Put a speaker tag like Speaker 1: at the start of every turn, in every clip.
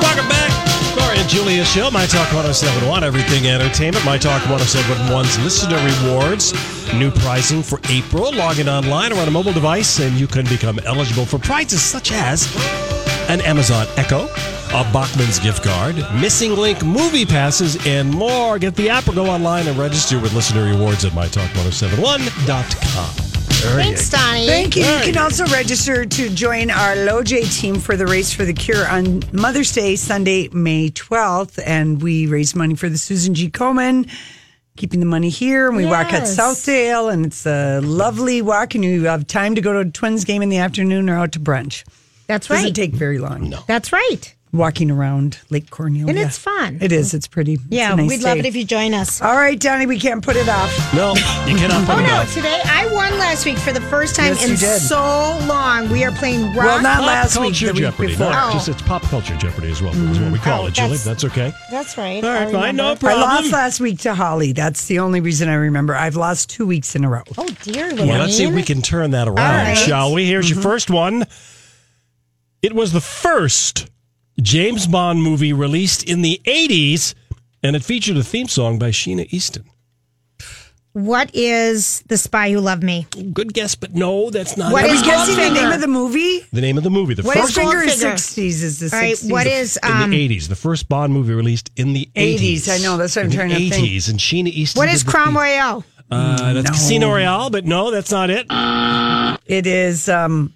Speaker 1: Welcome back. Laura and Julia Show, My Talk 1071, Everything Entertainment, My Talk 1071's Listener Rewards. New pricing for April. Log in online or on a mobile device, and you can become eligible for prizes such as an Amazon Echo, a Bachman's gift card, missing link movie passes, and more. Get the app or go online and register with Listener Rewards at mytalk1071.com.
Speaker 2: Thanks, Donnie.
Speaker 3: Thank you. You can also register to join our LoJ team for the Race for the Cure on Mother's Day, Sunday, May 12th. And we raise money for the Susan G. Komen, keeping the money here. And we walk at
Speaker 2: Yes.
Speaker 3: Southdale, and it's a lovely walk. And you have time to go to a Twins game in the afternoon or out to brunch.
Speaker 2: That's
Speaker 3: Doesn't
Speaker 2: right.
Speaker 3: take very long. No.
Speaker 2: That's right.
Speaker 3: Walking around Lake Cornelia.
Speaker 2: And it's fun.
Speaker 3: It is. It's pretty. It's
Speaker 2: Yeah,
Speaker 3: a nice
Speaker 2: we'd love
Speaker 3: day.
Speaker 2: it if you join us.
Speaker 3: All right, Donnie, we can't put it off.
Speaker 1: No, you cannot put
Speaker 2: Oh
Speaker 1: it
Speaker 2: no!
Speaker 1: off.
Speaker 2: Today I won last week for the first time
Speaker 3: Yes,
Speaker 2: in
Speaker 3: you did.
Speaker 2: so long. We are playing rock.
Speaker 3: Well, not
Speaker 1: Pop
Speaker 3: last week,
Speaker 1: culture
Speaker 3: the week
Speaker 1: Jeopardy.
Speaker 3: before.
Speaker 1: No, just, it's pop culture Jeopardy as well, is what we call
Speaker 2: Oh,
Speaker 1: it, Julie.
Speaker 2: that's-
Speaker 1: That's okay.
Speaker 2: That's right.
Speaker 1: All right,
Speaker 2: I
Speaker 1: fine. No
Speaker 2: remember.
Speaker 3: I
Speaker 1: problem.
Speaker 3: lost last week to Holly. That's the only reason I remember. I've lost two weeks in a row.
Speaker 2: Oh dear,
Speaker 1: Well, let's see if we
Speaker 2: Lorraine.
Speaker 1: can turn that around,
Speaker 2: right.
Speaker 1: shall we? Here's
Speaker 3: Mm-hmm.
Speaker 1: your first one. It was the first James Bond movie released in the 80s, and it featured a theme song by Sheena Easton.
Speaker 2: What is the spy who loved me?
Speaker 1: Good guess, but no, that's not
Speaker 2: What
Speaker 1: it.
Speaker 3: Are we
Speaker 2: is
Speaker 3: guessing the
Speaker 2: Goldfinger?
Speaker 3: name of the movie?
Speaker 1: the name of the movie. The
Speaker 3: What is
Speaker 1: first
Speaker 2: Goldfinger?
Speaker 3: finger is
Speaker 2: Goldfinger.
Speaker 3: 60s is the
Speaker 2: All right,
Speaker 3: 60s.
Speaker 2: what is um?
Speaker 1: in the 80s, the first Bond movie released in the 80s.
Speaker 3: 80s, I know, that's what I'm
Speaker 1: In
Speaker 3: trying to
Speaker 1: the
Speaker 3: think.
Speaker 1: 80s, and Sheena Easton.
Speaker 2: what
Speaker 1: did
Speaker 2: is
Speaker 1: the
Speaker 2: Crown
Speaker 1: theme-
Speaker 2: Royale?
Speaker 1: Uh, that's Casino Royale, but no, that's not it.
Speaker 3: Uh. It is um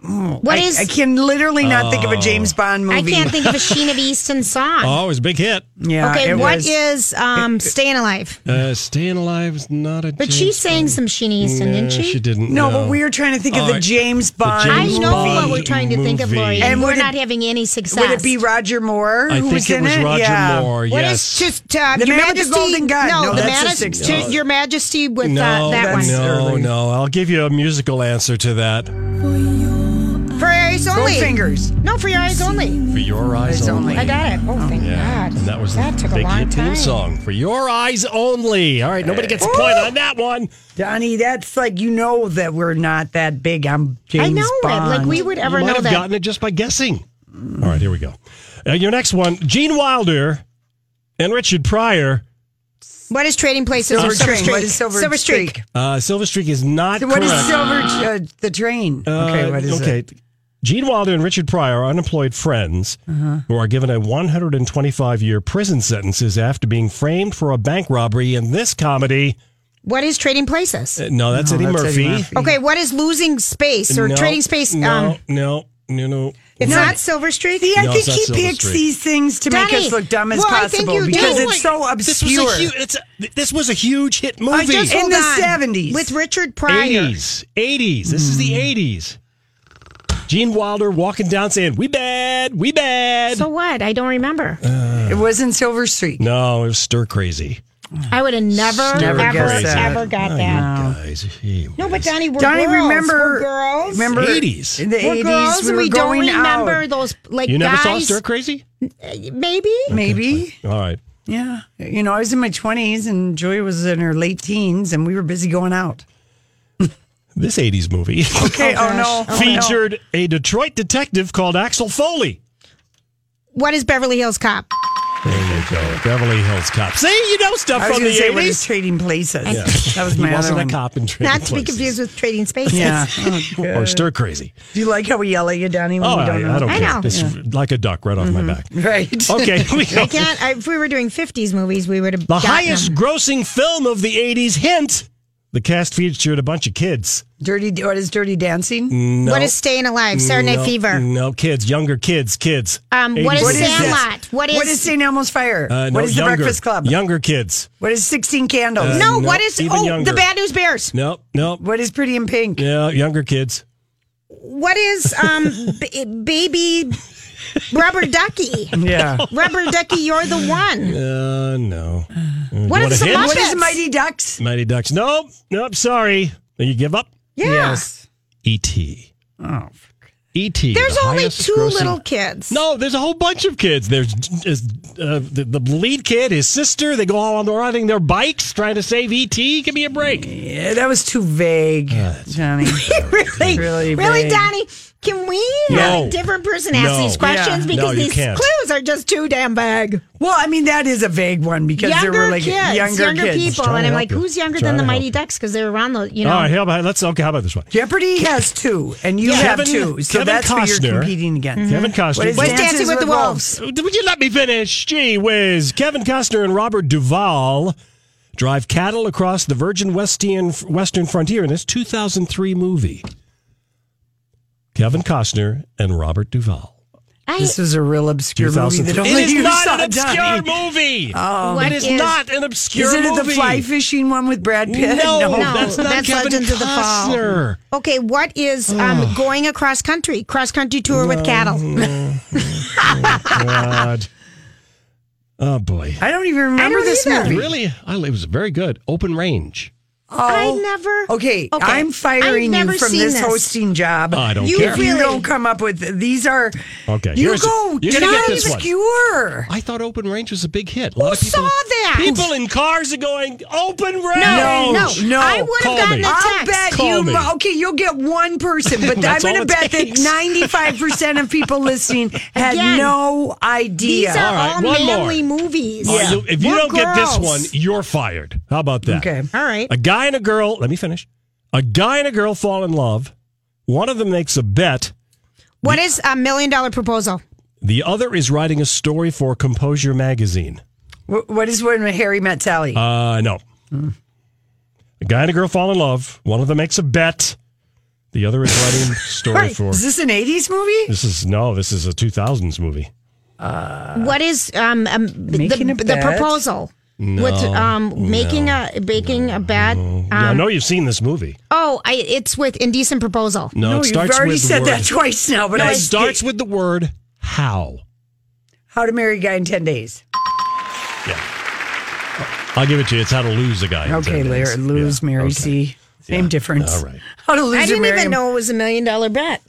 Speaker 2: What
Speaker 3: I,
Speaker 2: is?
Speaker 3: I can literally not think of a James Bond movie.
Speaker 2: I can't think of a Sheena Easton song.
Speaker 1: Oh, it was a big hit.
Speaker 3: Yeah,
Speaker 2: okay,
Speaker 3: it
Speaker 2: what
Speaker 3: was.
Speaker 2: is um Staying Alive?
Speaker 1: Uh, Staying Alive is not a.
Speaker 2: But she sang some Sheena Easton,
Speaker 1: No,
Speaker 2: didn't she?
Speaker 1: She didn't.
Speaker 3: No, but we were trying to think
Speaker 1: All
Speaker 3: of the
Speaker 1: right.
Speaker 3: James Bond
Speaker 2: I
Speaker 1: James
Speaker 2: know what
Speaker 1: Bond
Speaker 2: we're trying to think of,
Speaker 1: movie.
Speaker 2: Lori,
Speaker 1: And
Speaker 2: and we're
Speaker 3: would it-
Speaker 2: not having any success.
Speaker 3: Would it be Roger Moore
Speaker 1: I
Speaker 3: who
Speaker 1: think
Speaker 3: was
Speaker 1: it
Speaker 3: in
Speaker 1: was
Speaker 3: it?
Speaker 1: Roger
Speaker 3: yeah.
Speaker 1: Moore.
Speaker 2: What
Speaker 1: yes.
Speaker 2: is just uh,
Speaker 3: The
Speaker 2: Your
Speaker 3: Man with the
Speaker 2: Majesty?
Speaker 3: Golden Gun.
Speaker 2: No,
Speaker 3: No,
Speaker 2: the
Speaker 3: that's the
Speaker 2: Majesty.
Speaker 3: 60s.
Speaker 2: Your Majesty with
Speaker 1: no,
Speaker 2: uh, that one.
Speaker 1: no,
Speaker 3: Early.
Speaker 1: no. I'll give you a musical answer to that.
Speaker 2: For your eyes only.
Speaker 3: Goldfingers.
Speaker 2: No, for your eyes only.
Speaker 1: For your eyes only.
Speaker 2: I got it. Oh, thank
Speaker 1: Yeah,
Speaker 2: God.
Speaker 1: and that was
Speaker 2: that
Speaker 1: the
Speaker 2: took a
Speaker 1: big
Speaker 2: long
Speaker 1: hit
Speaker 2: time.
Speaker 1: theme song. For your eyes only. All right, nobody gets a point on that one.
Speaker 3: Donnie, that's like you know that we're not that big on James
Speaker 2: I know
Speaker 3: Bond.
Speaker 2: it. Like we would ever
Speaker 1: you might
Speaker 2: know
Speaker 1: have
Speaker 2: that.
Speaker 1: gotten it just by guessing. All right, here we go. Uh, your next one, Gene Wilder and Richard Pryor.
Speaker 2: What is trading places?
Speaker 3: Silver
Speaker 2: or Silver
Speaker 3: Train.
Speaker 2: Streak?
Speaker 3: What is Silver
Speaker 2: Streak?
Speaker 3: Streak?
Speaker 1: Uh, Silver Streak is not
Speaker 3: So what
Speaker 1: correct.
Speaker 3: is Silver uh, the Train? okay,
Speaker 1: Uh,
Speaker 3: what is
Speaker 1: okay.
Speaker 3: it?
Speaker 1: Gene Wilder and Richard Pryor are unemployed friends
Speaker 3: Uh-huh.
Speaker 1: who are given a 125 year prison sentences after being framed for a bank robbery in this comedy.
Speaker 2: What is trading places?
Speaker 1: Uh, No, that's,
Speaker 3: No,
Speaker 1: Eddie,
Speaker 3: that's
Speaker 1: Murphy.
Speaker 3: Eddie Murphy.
Speaker 2: okay, what is losing space or
Speaker 1: No,
Speaker 2: trading space?
Speaker 1: No,
Speaker 2: um,
Speaker 1: no, no, no.
Speaker 2: it's not Silver Streak.
Speaker 3: See, I
Speaker 1: No,
Speaker 3: think
Speaker 1: it's not
Speaker 3: he
Speaker 1: Silver
Speaker 3: picks
Speaker 1: Streak.
Speaker 3: these things to make
Speaker 2: Donnie,
Speaker 3: us look dumb as
Speaker 2: well, I think
Speaker 3: possible
Speaker 2: you
Speaker 3: because
Speaker 2: do.
Speaker 3: it's so
Speaker 1: This was
Speaker 3: obscure.
Speaker 1: a huge. It's a, this was a huge hit movie.
Speaker 2: I just
Speaker 3: In
Speaker 2: hold
Speaker 3: the
Speaker 2: on.
Speaker 3: 70s.
Speaker 2: with Richard Pryor.
Speaker 1: 80s, 80s. This is
Speaker 2: Hmm.
Speaker 1: the 80s. Gene Wilder walking down saying, "We bad, we bad."
Speaker 2: So what? I don't remember.
Speaker 1: Uh,
Speaker 3: It wasn't Silver Streak.
Speaker 1: no, it was stir crazy.
Speaker 2: I would have never,
Speaker 3: Never
Speaker 2: ever,
Speaker 3: guessed that.
Speaker 2: ever got
Speaker 1: Oh, you
Speaker 2: that.
Speaker 1: guys, hey,
Speaker 2: No, but Donnie, we're
Speaker 3: Donnie,
Speaker 2: girls.
Speaker 3: remember-
Speaker 2: we're girls.
Speaker 3: Remember
Speaker 1: 80s.
Speaker 3: in the
Speaker 2: we're girls,
Speaker 3: eighties we
Speaker 2: and
Speaker 3: were
Speaker 2: we don't
Speaker 3: going out.
Speaker 2: remember those like
Speaker 1: You never
Speaker 2: guys.
Speaker 1: saw Stir Crazy?
Speaker 2: Maybe.
Speaker 3: Maybe,
Speaker 1: All right.
Speaker 3: yeah. You know, I was in my twenties and Joy was in her late teens, and we were busy going out.
Speaker 1: This 80s movie
Speaker 3: Okay. Oh, no. Oh, no.
Speaker 1: featured a Detroit detective called Axel Foley.
Speaker 2: What is Beverly Hills Cop?
Speaker 1: There you go. Beverly Hills Cop. See, you know stuff
Speaker 3: I was
Speaker 1: from
Speaker 3: going
Speaker 1: the
Speaker 3: to say what is
Speaker 1: 80s.
Speaker 3: Trading Places.
Speaker 1: Yeah.
Speaker 3: That was
Speaker 1: he
Speaker 3: my other
Speaker 1: wasn't
Speaker 3: one.
Speaker 1: a cop in Trading
Speaker 2: Not to be
Speaker 1: Places.
Speaker 2: confused with Trading Spaces.
Speaker 3: Yeah. Oh, good.
Speaker 1: Or Stir Crazy.
Speaker 3: Do you like how we yell at you, Donnie? When
Speaker 1: Oh,
Speaker 3: we
Speaker 1: I,
Speaker 3: don't
Speaker 1: I Oh, don't
Speaker 2: I
Speaker 1: care.
Speaker 2: know.
Speaker 1: It's like a duck right off my back.
Speaker 3: Right.
Speaker 1: Okay, here we go.
Speaker 2: I can't. I, if we were doing '50s movies, we would
Speaker 1: The
Speaker 2: have gotten
Speaker 1: highest
Speaker 2: Them.
Speaker 1: grossing film of the 80s, hint, The cast featured a bunch of kids.
Speaker 3: Dirty, what is dirty dancing?
Speaker 1: Mm.
Speaker 2: What is Staying Alive? Saturday Night
Speaker 1: no,
Speaker 2: Fever.
Speaker 1: No, kids, younger kids, kids.
Speaker 2: Um, what
Speaker 1: 80s
Speaker 2: is
Speaker 3: What is
Speaker 1: kids.
Speaker 2: Sandlot? What is,
Speaker 3: What is St. Elmo's Fire?
Speaker 1: Uh, no,
Speaker 3: what is
Speaker 1: younger,
Speaker 3: the Breakfast Club?
Speaker 1: Younger kids.
Speaker 3: What is 16 Candles?
Speaker 2: No,
Speaker 1: Uh, No,
Speaker 2: what is
Speaker 1: even
Speaker 2: oh
Speaker 1: younger.
Speaker 2: the Bad News Bears?
Speaker 1: Nope, nope.
Speaker 3: What is Pretty in Pink?
Speaker 1: Yeah, younger kids.
Speaker 2: What is um b- baby rubber ducky?
Speaker 3: Yeah.
Speaker 2: Rubber ducky, you're the one.
Speaker 1: Uh, no.
Speaker 2: What
Speaker 1: want
Speaker 2: is
Speaker 1: a
Speaker 2: the
Speaker 1: hint?
Speaker 3: what is
Speaker 2: Muppets?
Speaker 3: Mighty Ducks?
Speaker 1: Mighty Ducks. Nope, nope. Sorry. Then you give up. E
Speaker 2: Yeah.
Speaker 1: E.T.
Speaker 3: Oh,
Speaker 1: E.T.
Speaker 2: There's
Speaker 1: E the
Speaker 2: only
Speaker 1: highest
Speaker 2: two
Speaker 1: grossing-
Speaker 2: little kids.
Speaker 1: No, there's a whole bunch of kids. There's is, uh, the, the lead kid, his sister. They go all on riding their bikes trying to save ET. Give me a break.
Speaker 3: yeah, eh, that was too
Speaker 1: Oh,
Speaker 3: vague, Johnny.
Speaker 2: really,
Speaker 3: Really
Speaker 2: really,
Speaker 3: big.
Speaker 2: Donnie. Can we
Speaker 1: No.
Speaker 2: have a different person ask
Speaker 1: No.
Speaker 2: these questions
Speaker 3: Yeah.
Speaker 1: No,
Speaker 2: because
Speaker 1: you
Speaker 2: these
Speaker 1: can't.
Speaker 2: clues are just too damn vague.
Speaker 3: well, I mean, that is a vague one because
Speaker 2: Younger
Speaker 3: there were like
Speaker 2: kids,
Speaker 3: younger,
Speaker 2: younger,
Speaker 3: kids.
Speaker 2: people,
Speaker 1: trying
Speaker 2: and
Speaker 1: to
Speaker 2: I'm
Speaker 1: help
Speaker 2: like,
Speaker 1: you.
Speaker 2: who's younger
Speaker 1: Trying
Speaker 2: than
Speaker 1: to
Speaker 2: the
Speaker 1: help
Speaker 2: Mighty
Speaker 1: you.
Speaker 2: Ducks because they were around the you know.
Speaker 1: All right, how about let's okay. How about this one?
Speaker 3: Jeopardy has two, and you have
Speaker 1: Kevin-
Speaker 3: two. So
Speaker 1: Kevin
Speaker 3: that's
Speaker 1: Costner.
Speaker 3: what
Speaker 1: Mm-hmm.
Speaker 3: you're competing against.
Speaker 1: Kevin Costner.
Speaker 3: What is
Speaker 1: What's
Speaker 3: Dances
Speaker 2: Dancing with the Wolves?
Speaker 1: Would you let me finish? Gee whiz. Kevin Costner and Robert Duvall drive cattle across the virgin Westian, western frontier in this 2003 movie. Kevin Costner and Robert Duvall.
Speaker 2: I,
Speaker 3: This was a real obscure movie that
Speaker 1: 2003.
Speaker 3: only
Speaker 1: It is
Speaker 3: you
Speaker 1: not
Speaker 3: saw,
Speaker 1: an obscure
Speaker 3: Johnny.
Speaker 1: movie.
Speaker 2: what
Speaker 1: it is,
Speaker 2: is-
Speaker 1: not an obscure
Speaker 3: Is it
Speaker 1: movie.
Speaker 3: the fly fishing one with Brad
Speaker 1: No,
Speaker 3: Pitt?
Speaker 1: that's not
Speaker 2: that's
Speaker 1: Kevin
Speaker 2: Legends of the Fall.
Speaker 1: Costner.
Speaker 2: Okay, what is um, going across country? Cross country tour with cattle.
Speaker 1: God. Oh boy.
Speaker 3: I don't even remember
Speaker 2: don't
Speaker 3: this
Speaker 2: either.
Speaker 3: movie.
Speaker 1: Really? I, it was very good. Open range.
Speaker 2: I never.
Speaker 3: Oh. Okay, I'm
Speaker 2: I've
Speaker 3: firing
Speaker 2: never
Speaker 3: you from
Speaker 2: seen
Speaker 3: this, hosting job.
Speaker 1: I don't
Speaker 3: you
Speaker 1: care.
Speaker 3: If you
Speaker 2: Really?
Speaker 3: don't come up with these are
Speaker 1: Okay,
Speaker 3: You
Speaker 1: here's-
Speaker 3: go
Speaker 1: you're gonna get this one.
Speaker 3: obscure.
Speaker 1: I thought Open Range was a big hit. A lot
Speaker 2: Who
Speaker 1: of people,
Speaker 2: saw that?
Speaker 1: People in cars are going Open Range.
Speaker 2: No, no,
Speaker 3: no.
Speaker 2: I would
Speaker 1: Call
Speaker 2: have gotten
Speaker 1: me.
Speaker 2: a text.
Speaker 3: I'll bet
Speaker 1: Call
Speaker 3: you.
Speaker 1: me.
Speaker 3: Okay, you'll get one person, but I'm
Speaker 1: That's
Speaker 3: going
Speaker 1: all
Speaker 3: to
Speaker 1: it
Speaker 3: bet
Speaker 1: takes.
Speaker 3: that 95 percent of people listening had
Speaker 2: Again,
Speaker 3: no
Speaker 2: These
Speaker 3: idea.
Speaker 2: are
Speaker 1: All
Speaker 2: all,
Speaker 1: right, one more.
Speaker 2: manly movies.
Speaker 1: All right, you- if you
Speaker 2: We're
Speaker 1: don't get this
Speaker 2: girls.
Speaker 1: one, you're fired. How about that?
Speaker 3: Okay.
Speaker 2: all right.
Speaker 1: A guy and a girl, let me finish. A guy and a girl fall in love. One of them makes a bet.
Speaker 2: What is a million dollar proposal?
Speaker 1: The other is writing a story for Composure magazine.
Speaker 3: Wh- What is when Harry met Sally?
Speaker 1: Uh, no.
Speaker 2: Hmm.
Speaker 1: A guy and a girl fall in love. One of them makes a bet. The other is writing a story
Speaker 3: Wait,
Speaker 1: for.
Speaker 3: is this an 80s movie?
Speaker 1: This is no. This is a 2000s movie.
Speaker 2: what is um, um
Speaker 3: Uh, Making a
Speaker 2: the, the
Speaker 3: bet?
Speaker 2: proposal? With um making a making a bet. Um,
Speaker 1: Yeah, I know you've seen this movie.
Speaker 2: Oh, I, it's with indecent proposal.
Speaker 1: No, it
Speaker 3: you've
Speaker 1: starts
Speaker 3: already
Speaker 1: with the
Speaker 3: said
Speaker 1: word.
Speaker 3: that twice now. But
Speaker 1: No,
Speaker 3: I
Speaker 1: it starts with the word how.
Speaker 3: How to Marry a Guy in 10 Days.
Speaker 1: Yeah. I'll give it to you. It's how to lose a guy. in
Speaker 3: Okay,
Speaker 1: 10
Speaker 3: Larry,
Speaker 1: days.
Speaker 3: lose,
Speaker 1: Yeah,
Speaker 3: marry,
Speaker 1: okay.
Speaker 3: see. Same
Speaker 1: Yeah,
Speaker 3: difference.
Speaker 1: all right.
Speaker 3: How to lose
Speaker 2: I
Speaker 3: or
Speaker 2: didn't
Speaker 3: marry
Speaker 2: even
Speaker 3: him.
Speaker 2: know it was a million dollar bet.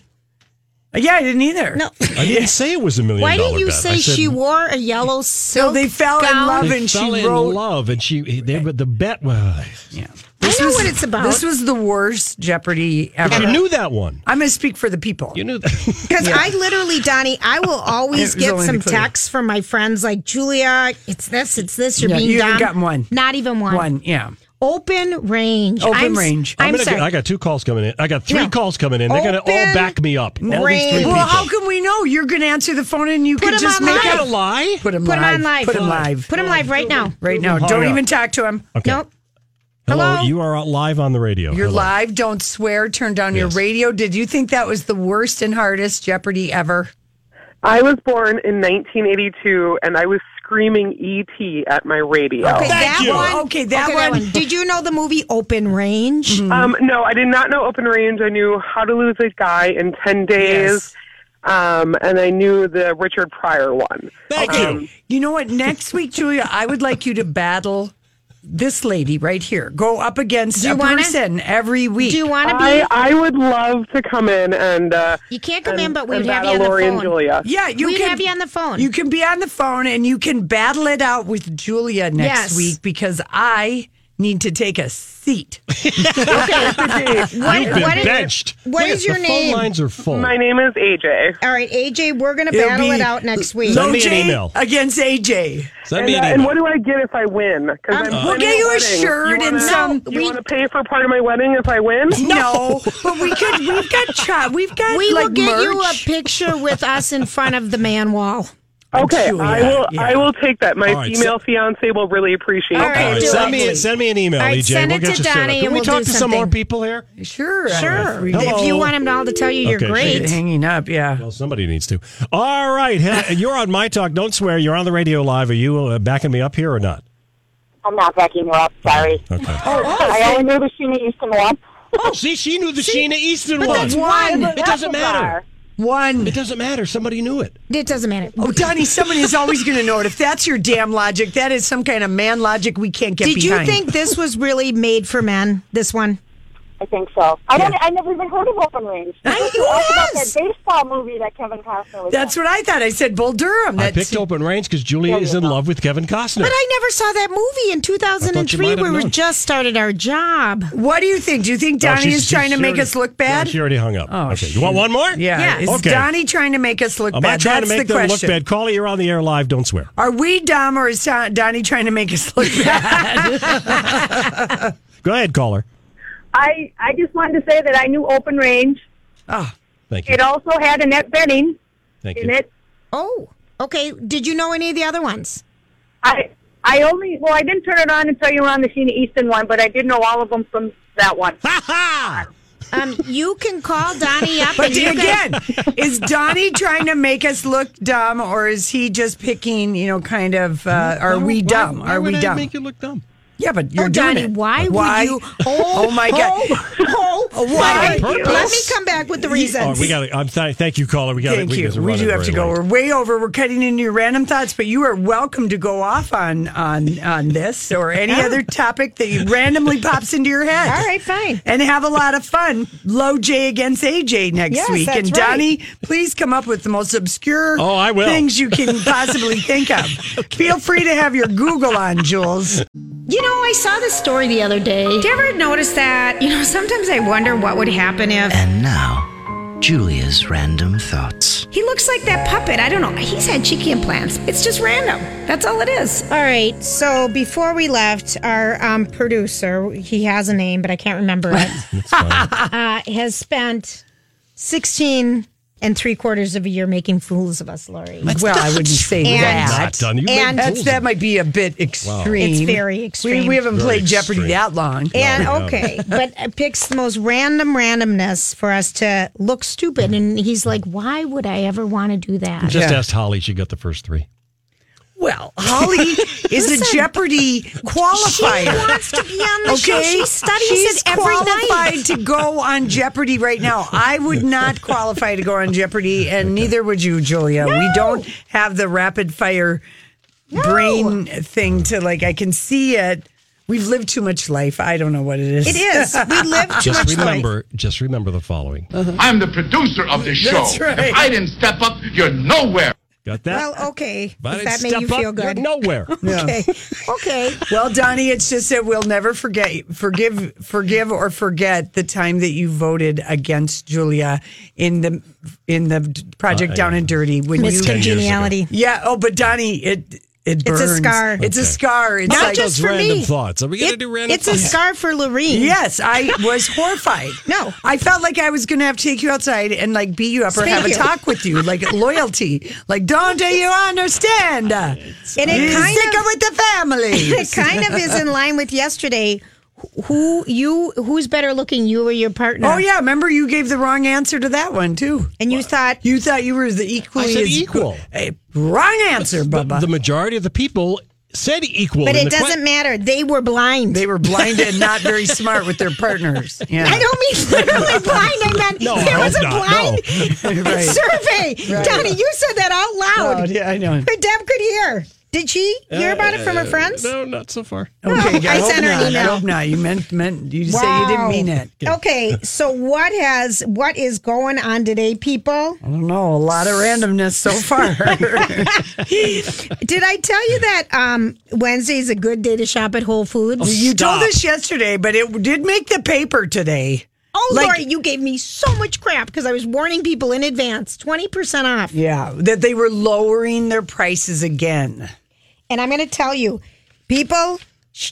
Speaker 3: Yeah, I didn't either.
Speaker 2: No.
Speaker 1: I didn't say it was a million
Speaker 2: Why
Speaker 1: dollar
Speaker 2: didn't you
Speaker 1: bet. I
Speaker 2: say
Speaker 1: said
Speaker 2: she wore a yellow silk?
Speaker 3: they fell in
Speaker 2: gown?
Speaker 3: love.
Speaker 1: they
Speaker 3: and she
Speaker 1: fell in
Speaker 3: wrote-
Speaker 1: love, and she they, but the bet. Well,
Speaker 3: Yeah.
Speaker 2: I know what it's about.
Speaker 3: This was the worst Jeopardy ever.
Speaker 1: you knew that one.
Speaker 3: I'm going to speak for the people.
Speaker 1: You knew that.
Speaker 2: Because I literally, Donnie, I will always
Speaker 3: It was
Speaker 2: get
Speaker 3: only
Speaker 2: some
Speaker 3: the clue.
Speaker 2: texts from my friends like Julia. It's this. It's this. You're
Speaker 3: Yeah,
Speaker 2: being
Speaker 3: you haven't
Speaker 2: dumb.
Speaker 3: gotten one.
Speaker 2: Not even one.
Speaker 3: One, yeah.
Speaker 2: Open range.
Speaker 3: Open
Speaker 2: I'm, s-
Speaker 3: range.
Speaker 2: I'm,
Speaker 1: gonna
Speaker 2: sorry.
Speaker 1: Get, I got two calls coming in. I got three
Speaker 2: No.
Speaker 1: calls coming in. They're going to all
Speaker 2: Open
Speaker 1: back me up. All these three
Speaker 2: range.
Speaker 1: people.
Speaker 3: Well, how can we know? You're going to answer the phone and you
Speaker 2: Put
Speaker 3: can
Speaker 2: him
Speaker 3: just
Speaker 2: on
Speaker 3: make
Speaker 2: live.
Speaker 3: out
Speaker 1: a lie?
Speaker 3: Put him
Speaker 2: Put him
Speaker 3: live.
Speaker 2: on live.
Speaker 3: Put him live.
Speaker 2: Put him live right now.
Speaker 3: right now.
Speaker 1: Hung
Speaker 3: Don't
Speaker 1: up.
Speaker 3: even talk to him.
Speaker 1: Okay.
Speaker 2: Nope.
Speaker 1: Hello?
Speaker 2: Hello?
Speaker 1: You are out live on the radio.
Speaker 3: You're
Speaker 1: Hello.
Speaker 3: live. Don't swear. Turn down your
Speaker 1: Yes.
Speaker 3: radio. Did you think that was the worst and hardest Jeopardy ever?
Speaker 4: I was born in 1982, and I was screaming "ET" at my radio.
Speaker 2: Okay, that
Speaker 1: you.
Speaker 2: one.
Speaker 3: Okay, that one. Mm-hmm.
Speaker 2: Did you know the movie Open Range?
Speaker 4: Um, no, I did not know open range. I knew how to lose a guy in 10 days, um, and I knew the Richard Pryor one.
Speaker 1: Thank you.
Speaker 3: You know what? Next week, Julia, I would like you to battle this lady right here. Go up against
Speaker 2: Do you
Speaker 3: a
Speaker 2: wanna-
Speaker 3: person every week.
Speaker 2: Do you want to be?
Speaker 4: I, I would love to come in and uh,
Speaker 2: you can't come in,
Speaker 4: and-
Speaker 2: but we'd
Speaker 4: and
Speaker 2: have you
Speaker 4: battle
Speaker 2: on the
Speaker 4: Lori
Speaker 2: phone.
Speaker 4: and Julia.
Speaker 3: yeah, you
Speaker 2: We'd
Speaker 3: can
Speaker 2: have you on the phone.
Speaker 3: You can be on the phone and you can battle it out with Julia next
Speaker 2: Yes.
Speaker 3: week because I need to take a seat.
Speaker 2: What-
Speaker 1: You've been
Speaker 2: what is-
Speaker 1: benched.
Speaker 2: what is your
Speaker 1: the
Speaker 2: name?
Speaker 1: Phone lines are full.
Speaker 4: My name is AJ.
Speaker 2: All right, AJ, we're gonna
Speaker 3: It'll
Speaker 2: battle
Speaker 3: be
Speaker 2: it out next week.
Speaker 1: Send me an
Speaker 3: OJ
Speaker 1: email.
Speaker 3: against AJ.
Speaker 1: Send
Speaker 4: And,
Speaker 1: me
Speaker 4: uh,
Speaker 1: an
Speaker 4: and
Speaker 1: email.
Speaker 4: what do I get if I win? Because
Speaker 2: Um,
Speaker 4: I'm
Speaker 3: we'll
Speaker 4: planning
Speaker 3: get you a
Speaker 4: wedding.
Speaker 3: shirt
Speaker 4: you wanna,
Speaker 3: and some-
Speaker 4: You
Speaker 2: we-
Speaker 4: want to pay for part of my wedding if I win?
Speaker 3: No, but we could. We've got chat. We've got
Speaker 2: we
Speaker 3: like
Speaker 2: will get you a
Speaker 3: merch.
Speaker 2: picture with us in front of the man wall.
Speaker 3: I'm
Speaker 4: Okay,
Speaker 3: sure,
Speaker 4: I
Speaker 3: yeah,
Speaker 4: will.
Speaker 3: yeah.
Speaker 4: I will take that. My
Speaker 1: All right,
Speaker 4: female fiance will really appreciate
Speaker 2: All
Speaker 4: that.
Speaker 2: right,
Speaker 1: All right,
Speaker 2: do
Speaker 1: send
Speaker 2: it.
Speaker 1: me send me an email,
Speaker 2: All right,
Speaker 1: EJ.
Speaker 2: send
Speaker 1: we'll
Speaker 2: it
Speaker 1: get
Speaker 2: to
Speaker 1: you set up.
Speaker 2: Donnie
Speaker 1: Can
Speaker 2: and
Speaker 1: we
Speaker 2: we'll
Speaker 1: talk
Speaker 2: do
Speaker 1: to some more
Speaker 2: something.
Speaker 1: people here?
Speaker 3: Sure.
Speaker 2: Sure.
Speaker 3: Hello.
Speaker 2: If you want them all to tell you you're
Speaker 1: Okay, sure.
Speaker 2: great.
Speaker 3: Hanging up, yeah.
Speaker 1: Well, Oh, somebody needs to. All right, Ha- you're on my talk. Don't swear. You're on the radio live. Are you uh, backing me up here or not?
Speaker 5: I'm not backing her up. Sorry.
Speaker 1: Okay.
Speaker 3: Oh,
Speaker 1: Oh,
Speaker 5: I only knew the Sheena Easton one.
Speaker 1: See, she knew the Sheena Easton one.
Speaker 2: One.
Speaker 1: It doesn't matter.
Speaker 3: One.
Speaker 1: It doesn't matter. Somebody knew it.
Speaker 2: It doesn't matter.
Speaker 3: Oh, Donnie, somebody is always going to know it. If that's your damn logic, that is some kind of man logic we can't get
Speaker 2: Did you
Speaker 3: behind.
Speaker 2: think this was really made for men? This one?
Speaker 5: I think so. I don't. e, I never even heard of Open Range.
Speaker 3: I-
Speaker 5: This is all about
Speaker 3: yes!
Speaker 5: that baseball movie that Kevin Costner was.
Speaker 3: That's
Speaker 5: in.
Speaker 3: what I thought. I said Bull Durham.
Speaker 1: I
Speaker 3: That's
Speaker 1: picked open range because Julia is in love with Kevin Costner. Oh,
Speaker 2: But I never saw that movie in
Speaker 1: might
Speaker 2: 2003
Speaker 1: have
Speaker 2: where we
Speaker 1: known.
Speaker 2: just started our job.
Speaker 3: What do you think? Do you think
Speaker 1: Oh,
Speaker 3: Donnie
Speaker 1: she's-
Speaker 3: is trying
Speaker 1: she's-
Speaker 3: to
Speaker 1: she
Speaker 3: make
Speaker 1: already-
Speaker 3: us look bad?
Speaker 1: No, she already hung up.
Speaker 3: Oh,
Speaker 1: okay. You
Speaker 3: shoot.
Speaker 1: want one more?
Speaker 3: yeah.
Speaker 2: Yeah.
Speaker 3: Is
Speaker 1: Okay.
Speaker 3: Donnie trying to make us look
Speaker 1: Am I
Speaker 3: bad?
Speaker 1: trying
Speaker 3: That's
Speaker 1: to make
Speaker 3: the
Speaker 1: them
Speaker 3: question.
Speaker 1: look bad? Call you're on the air live. Don't swear.
Speaker 3: Are we dumb or is Don- Donnie trying to make us look bad?
Speaker 1: Go ahead, caller.
Speaker 6: I, I just wanted to say that I knew open range.
Speaker 3: oh,
Speaker 1: Ah, Thank you.
Speaker 6: It also had Annette Benning
Speaker 1: Thank
Speaker 6: in
Speaker 1: you.
Speaker 6: it.
Speaker 2: Oh, okay. Did you know any of the other ones?
Speaker 6: I I only well I didn't turn it on until you were on the Sheena Easton one, but I did know all of them from that one.
Speaker 1: Ha ha!
Speaker 2: Um, you can call Donnie up.
Speaker 3: but
Speaker 2: and you can-
Speaker 3: again, is Donnie trying to make us look dumb or is he just picking, you know, kind of, uh, are we dumb?
Speaker 1: Why
Speaker 3: are we
Speaker 1: would I
Speaker 3: dumb?
Speaker 1: Make you look dumb.
Speaker 3: yeah, but you're
Speaker 2: Oh,
Speaker 3: doing
Speaker 2: Donnie,
Speaker 3: it.
Speaker 2: why would you-
Speaker 3: Oh, my God.
Speaker 2: oh,
Speaker 3: why?
Speaker 2: why? Let me come back with the
Speaker 1: Oh,
Speaker 2: reasons.
Speaker 1: we got. I'm th- thank you, caller. We got.
Speaker 3: Thank
Speaker 1: we
Speaker 3: you.
Speaker 1: guys are
Speaker 3: We
Speaker 1: running
Speaker 3: do have
Speaker 1: very
Speaker 3: to go.
Speaker 1: late.
Speaker 3: We're way over. We're cutting into your random thoughts, but you are welcome to go off on on on this or any other topic that randomly pops into your head.
Speaker 2: All right, fine.
Speaker 3: And have a lot of fun. Low J against AJ next
Speaker 2: Yes,
Speaker 3: week.
Speaker 2: that's
Speaker 3: and
Speaker 2: right.
Speaker 3: Donnie, please come up with the most obscure
Speaker 1: Oh, I will.
Speaker 3: things you can possibly think of. Feel free to have your Google on, Jules.
Speaker 7: You know, I saw this story the other day.
Speaker 2: Do you ever notice that? You know, sometimes I wonder what would happen if
Speaker 8: And now, Julia's random thoughts.
Speaker 2: he looks like that puppet. I don't know. He's had cheeky implants. It's just random. That's all it is. All right. So before we left, our um, producer, he has a name, but I can't remember it. uh, has spent sixteen and three quarters of a year making fools of us, Lori.
Speaker 3: well, I wouldn't say
Speaker 2: And-
Speaker 3: that.
Speaker 1: Not done. You
Speaker 2: And-
Speaker 1: made
Speaker 3: That's,
Speaker 1: fools
Speaker 3: that
Speaker 1: of-
Speaker 3: might be a bit extreme.
Speaker 2: It's very
Speaker 3: We,
Speaker 2: extreme.
Speaker 3: we haven't
Speaker 1: Very
Speaker 3: played Jeopardy
Speaker 1: extreme.
Speaker 3: that long.
Speaker 2: And
Speaker 1: No, we
Speaker 2: okay, but it picks the most random randomness for us to look stupid. And he's like, why would I ever want to do that?
Speaker 1: Just
Speaker 3: Yeah.
Speaker 1: asked Holly. She got the first three.
Speaker 3: Well, Holly is a Jeopardy
Speaker 2: she
Speaker 3: qualifier.
Speaker 2: wants to be on the show.
Speaker 3: Okay,
Speaker 2: She studies
Speaker 3: She's
Speaker 2: it every
Speaker 3: qualified
Speaker 2: night.
Speaker 3: to go on Jeopardy right now. I would not qualify to go on Jeopardy, and neither would you, Julia. We don't have the rapid fire brain thing to like. I can see it. We've lived too much life. I don't know what it is.
Speaker 2: It is. We live too
Speaker 1: Just
Speaker 2: much life.
Speaker 1: remember. Just remember the following.
Speaker 3: Uh-huh.
Speaker 9: I'm the producer of this show.
Speaker 3: That's right.
Speaker 9: If I didn't step up, you're nowhere.
Speaker 1: Got that?
Speaker 2: Well, okay.
Speaker 1: But
Speaker 2: If
Speaker 1: it
Speaker 2: that made you
Speaker 1: step up,
Speaker 2: feel good.
Speaker 1: You're nowhere.
Speaker 2: Okay. Okay.
Speaker 3: Well, Donnie, it's just that we'll never forget, forgive, forgive, or forget the time that you voted against Julia in the in the project
Speaker 1: Uh,
Speaker 3: Down and Dirty when you
Speaker 1: Ten years ago.
Speaker 2: Miscongeniality.
Speaker 3: Yeah. Oh, but Donnie, it it burns.
Speaker 2: scar.
Speaker 3: It's a
Speaker 1: Okay.
Speaker 3: scar. It's
Speaker 2: Not
Speaker 3: like
Speaker 2: just
Speaker 1: Those
Speaker 2: for
Speaker 1: random
Speaker 2: me.
Speaker 1: thoughts. Are we gonna
Speaker 2: It-
Speaker 1: do random
Speaker 2: It's
Speaker 1: thoughts?
Speaker 2: a scar for Lorene.
Speaker 3: yes. I was horrified.
Speaker 2: No.
Speaker 3: I felt like I was going to have to take you outside and like beat you up or
Speaker 2: Spank
Speaker 3: have a
Speaker 2: you.
Speaker 3: talk with you, like loyalty. Like, don't you understand? And
Speaker 2: And it kind
Speaker 3: stick
Speaker 2: of-
Speaker 3: with the family.
Speaker 2: it kind of is in line with yesterday. Wh- Who you? Who's better looking, you or your partner?
Speaker 3: Oh yeah, remember you gave the wrong answer to that one too.
Speaker 2: And you thought
Speaker 3: You thought you were the equally
Speaker 1: I said
Speaker 3: as
Speaker 1: equal.
Speaker 3: Eh, wrong answer,
Speaker 1: But
Speaker 3: Bubba.
Speaker 1: the majority of the people said equal.
Speaker 2: But
Speaker 1: in
Speaker 2: it
Speaker 1: the que-
Speaker 2: doesn't matter. They were blind.
Speaker 3: they were blinded, and not very smart with their partners. Yeah.
Speaker 2: I don't mean literally blind. I meant
Speaker 1: No, I
Speaker 2: there was a
Speaker 1: hope not.
Speaker 2: blind
Speaker 3: Right.
Speaker 2: survey. Donnie, you said that out
Speaker 3: Oh,
Speaker 2: loud.
Speaker 3: yeah, I know.
Speaker 2: But Deb could hear. Did she hear about it from her friends?
Speaker 1: No, not so far.
Speaker 3: Okay,
Speaker 2: I
Speaker 3: hope
Speaker 2: sent her an
Speaker 3: not. I
Speaker 2: email.
Speaker 3: hope not. You meant meant you say you didn't
Speaker 2: Wow.
Speaker 3: mean it.
Speaker 2: Okay, so what has what is going on today, people?
Speaker 3: I don't know. A lot of randomness so far.
Speaker 2: Did I tell you that um, Wednesday is a good day to shop at Whole Foods?
Speaker 3: you
Speaker 1: Stop.
Speaker 3: told us yesterday, but it did make the paper today.
Speaker 2: Oh,
Speaker 3: Like-
Speaker 2: Lori, you gave me so much crap because I was warning people in advance, twenty percent off.
Speaker 3: Yeah, that they were lowering their prices again.
Speaker 2: And I'm going to tell you, people, sh-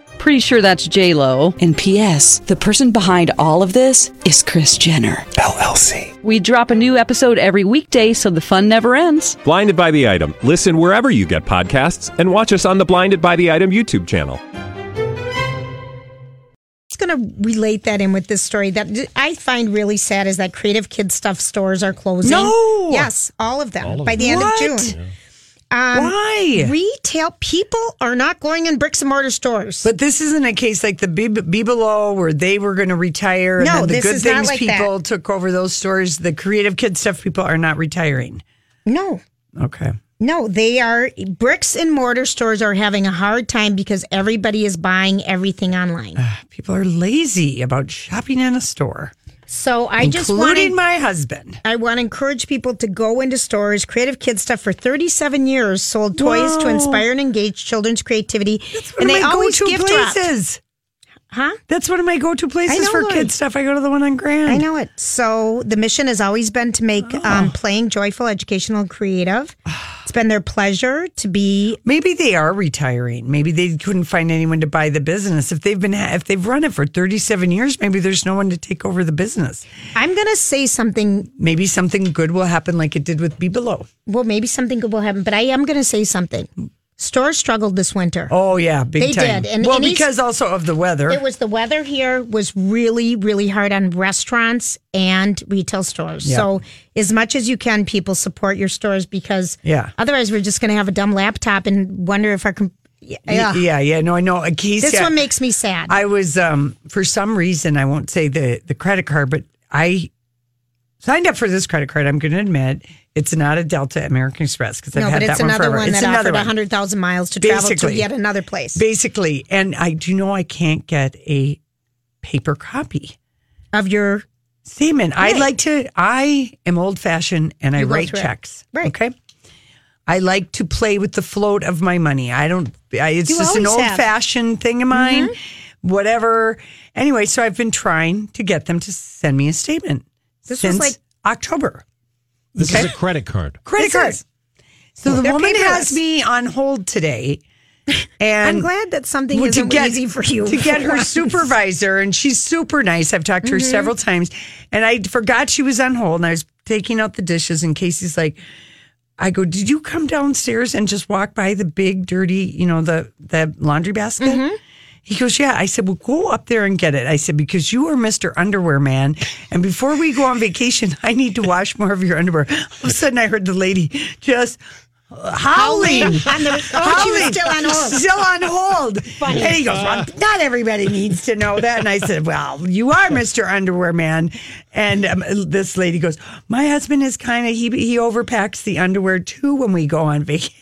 Speaker 10: Pretty sure that's J Lo.
Speaker 11: And P.S. The person behind all of this is Chris Jenner
Speaker 12: LLC.
Speaker 10: We drop a new episode every weekday, so the fun never ends.
Speaker 12: Blinded by the item. Listen wherever you get podcasts, and watch us on the Blinded by the Item YouTube channel.
Speaker 2: just going to relate that in with this story that d- I find really sad is that creative kid stuff stores are closing.
Speaker 3: No!
Speaker 2: Yes, all of them
Speaker 3: All of
Speaker 2: by the
Speaker 3: them.
Speaker 2: end
Speaker 3: What?
Speaker 2: of June. Um,
Speaker 3: Why?
Speaker 2: Retail people are not going in bricks and mortar stores.
Speaker 3: But this isn't a case like the Be, Be Below where they were going to retire. and
Speaker 2: No,
Speaker 3: then the
Speaker 2: this
Speaker 3: good
Speaker 2: is not
Speaker 3: things
Speaker 2: like
Speaker 3: people took over those stores. The creative kid stuff people are not retiring.
Speaker 2: No,
Speaker 3: Okay.
Speaker 2: no, they are bricks and mortar stores are having a hard time because everybody is buying everything online.
Speaker 3: People are lazy about shopping in a store,
Speaker 2: So I just
Speaker 3: including
Speaker 2: wanted-
Speaker 3: my husband.
Speaker 2: I want to encourage people to go into stores. Creative Kids Stuff for 37 years sold toys to
Speaker 3: Wow.
Speaker 2: inspire and engage children's creativity, and
Speaker 3: one
Speaker 2: they
Speaker 3: of my
Speaker 2: always
Speaker 3: go-to
Speaker 2: gift dropped.
Speaker 3: places.
Speaker 2: Huh?
Speaker 3: That's one of my go-to places
Speaker 2: know,
Speaker 3: for
Speaker 2: Lori.
Speaker 3: kids stuff. I go to the one on Grand.
Speaker 2: I know it. So the mission has always been to make
Speaker 3: Oh.
Speaker 2: um, playing joyful, educational, and creative. It's been their pleasure to be.
Speaker 3: Maybe they are retiring. Maybe they couldn't find anyone to buy the business. If they've been if they've run it for 37 years, maybe there's no one to take over the business.
Speaker 2: I'm gonna say something.
Speaker 3: Maybe something good will happen like it did with Be Below.
Speaker 2: Well, maybe something good will happen, but I am gonna say something. Stores struggled this winter.
Speaker 3: Oh yeah, big
Speaker 2: They
Speaker 3: time.
Speaker 2: did, and-
Speaker 3: well,
Speaker 2: and he's-
Speaker 3: because also of the weather.
Speaker 2: It was the weather here was really, really hard on restaurants and retail stores.
Speaker 3: Yeah.
Speaker 2: So as much as you can, people support your stores because
Speaker 3: Yeah.
Speaker 2: otherwise we're just going to have a dumb laptop and wonder if our. com-
Speaker 3: yeah,
Speaker 2: Yeah.
Speaker 3: yeah, yeah, no, I know. Like, he's-
Speaker 2: This
Speaker 3: yeah.
Speaker 2: one makes me sad.
Speaker 3: I was um for some reason I won't say the the credit card, but I signed up for this credit card. I'm going to admit it's not a Delta American Express because I've
Speaker 2: no,
Speaker 3: had
Speaker 2: but
Speaker 3: that
Speaker 2: it's
Speaker 3: one
Speaker 2: another
Speaker 3: forever.
Speaker 2: one
Speaker 3: it's
Speaker 2: that
Speaker 3: another
Speaker 2: offered
Speaker 3: one.
Speaker 2: 100,000 miles to travel to
Speaker 3: Basically.
Speaker 2: yet another place.
Speaker 3: basically. And I do know I can't get a paper copy
Speaker 2: of your
Speaker 3: statement. I like to. I am old fashioned, and I
Speaker 2: You go
Speaker 3: write
Speaker 2: through it.
Speaker 3: checks.
Speaker 2: Right.
Speaker 3: Okay. I like to play with the float of my money. I don't. I, it's
Speaker 2: You
Speaker 3: just an
Speaker 2: always
Speaker 3: old
Speaker 2: have. Mm-hmm.
Speaker 3: fashioned thing of mine. Whatever. Anyway, so I've been trying to get them to send me a statement
Speaker 2: This was
Speaker 3: since
Speaker 2: like-
Speaker 3: October.
Speaker 1: This
Speaker 3: Okay.
Speaker 1: is a credit card.
Speaker 3: Credit
Speaker 2: This
Speaker 3: card.
Speaker 2: is-
Speaker 3: So the
Speaker 2: They're
Speaker 3: woman
Speaker 2: paperless.
Speaker 3: has me on hold today, and
Speaker 2: I'm glad that something
Speaker 3: well,
Speaker 2: isn't easy for you.
Speaker 3: to get
Speaker 2: for
Speaker 3: her
Speaker 2: once. Mm-hmm.
Speaker 3: supervisor, and she's super nice. I've talked to her several times, and I forgot she was on hold, and I was taking out the dishes. And Casey's like, "I go, did you come downstairs and just walk by the big dirty, you know, the the laundry basket?"
Speaker 2: Mm-hmm.
Speaker 3: He goes, Yeah. I said, Well, go up there and get it. I said, Because you are Mr. Underwear Man. And before we go on vacation, I need to wash more of your underwear. All of a sudden, I heard the lady just howling.
Speaker 2: Howling. On the- oh, she was still on hold.
Speaker 3: Still on hold. And he goes, Well, not everybody needs to know that. And I said, Well, you are Mr. Underwear Man. And um, this lady goes, My husband is kind of, he, he overpacks the underwear too when we go on vacation.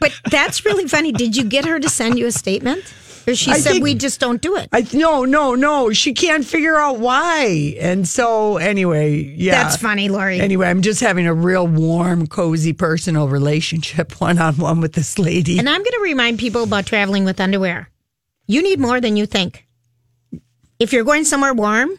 Speaker 2: But that's really funny. Did you get her to send you a statement? Or she
Speaker 3: I
Speaker 2: said,
Speaker 3: think-
Speaker 2: we just don't do it.
Speaker 3: I no no no. She can't figure out why, and so anyway, yeah.
Speaker 2: That's funny, Lori.
Speaker 3: Anyway, I'm just having a real warm, cozy personal relationship one on one with this lady.
Speaker 2: And I'm going to remind people about traveling with underwear. You need more than you think. If you're going somewhere warm,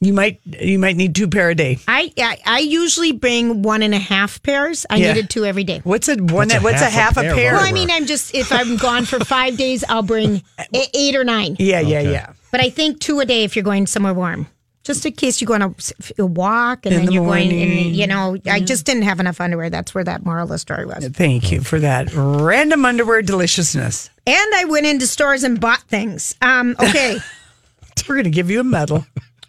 Speaker 3: you might you might need two pair a day.
Speaker 2: I I, I usually bring one and a half pairs. I
Speaker 3: Yeah.
Speaker 2: needed two every day.
Speaker 3: What's a one?
Speaker 1: That's
Speaker 3: What's
Speaker 1: a
Speaker 3: a, what's
Speaker 1: half
Speaker 3: half,
Speaker 1: a
Speaker 3: a
Speaker 1: pair
Speaker 3: pair?
Speaker 1: of
Speaker 2: Well, I mean, I'm just if I'm gone for five days, I'll bring e- eight or nine.
Speaker 3: yeah, yeah, yeah.
Speaker 2: But I think two a day if you're going somewhere warm, just in case you go on a, s- f- a walk and
Speaker 3: In
Speaker 2: then
Speaker 3: the
Speaker 2: you're going.
Speaker 3: morning.
Speaker 2: And, you know, I just didn't have enough underwear. That's where that moral of the story was.
Speaker 3: Thank you for that random underwear deliciousness.
Speaker 2: And I went into stores and bought things. Um, okay,
Speaker 3: We're gonna give you a medal.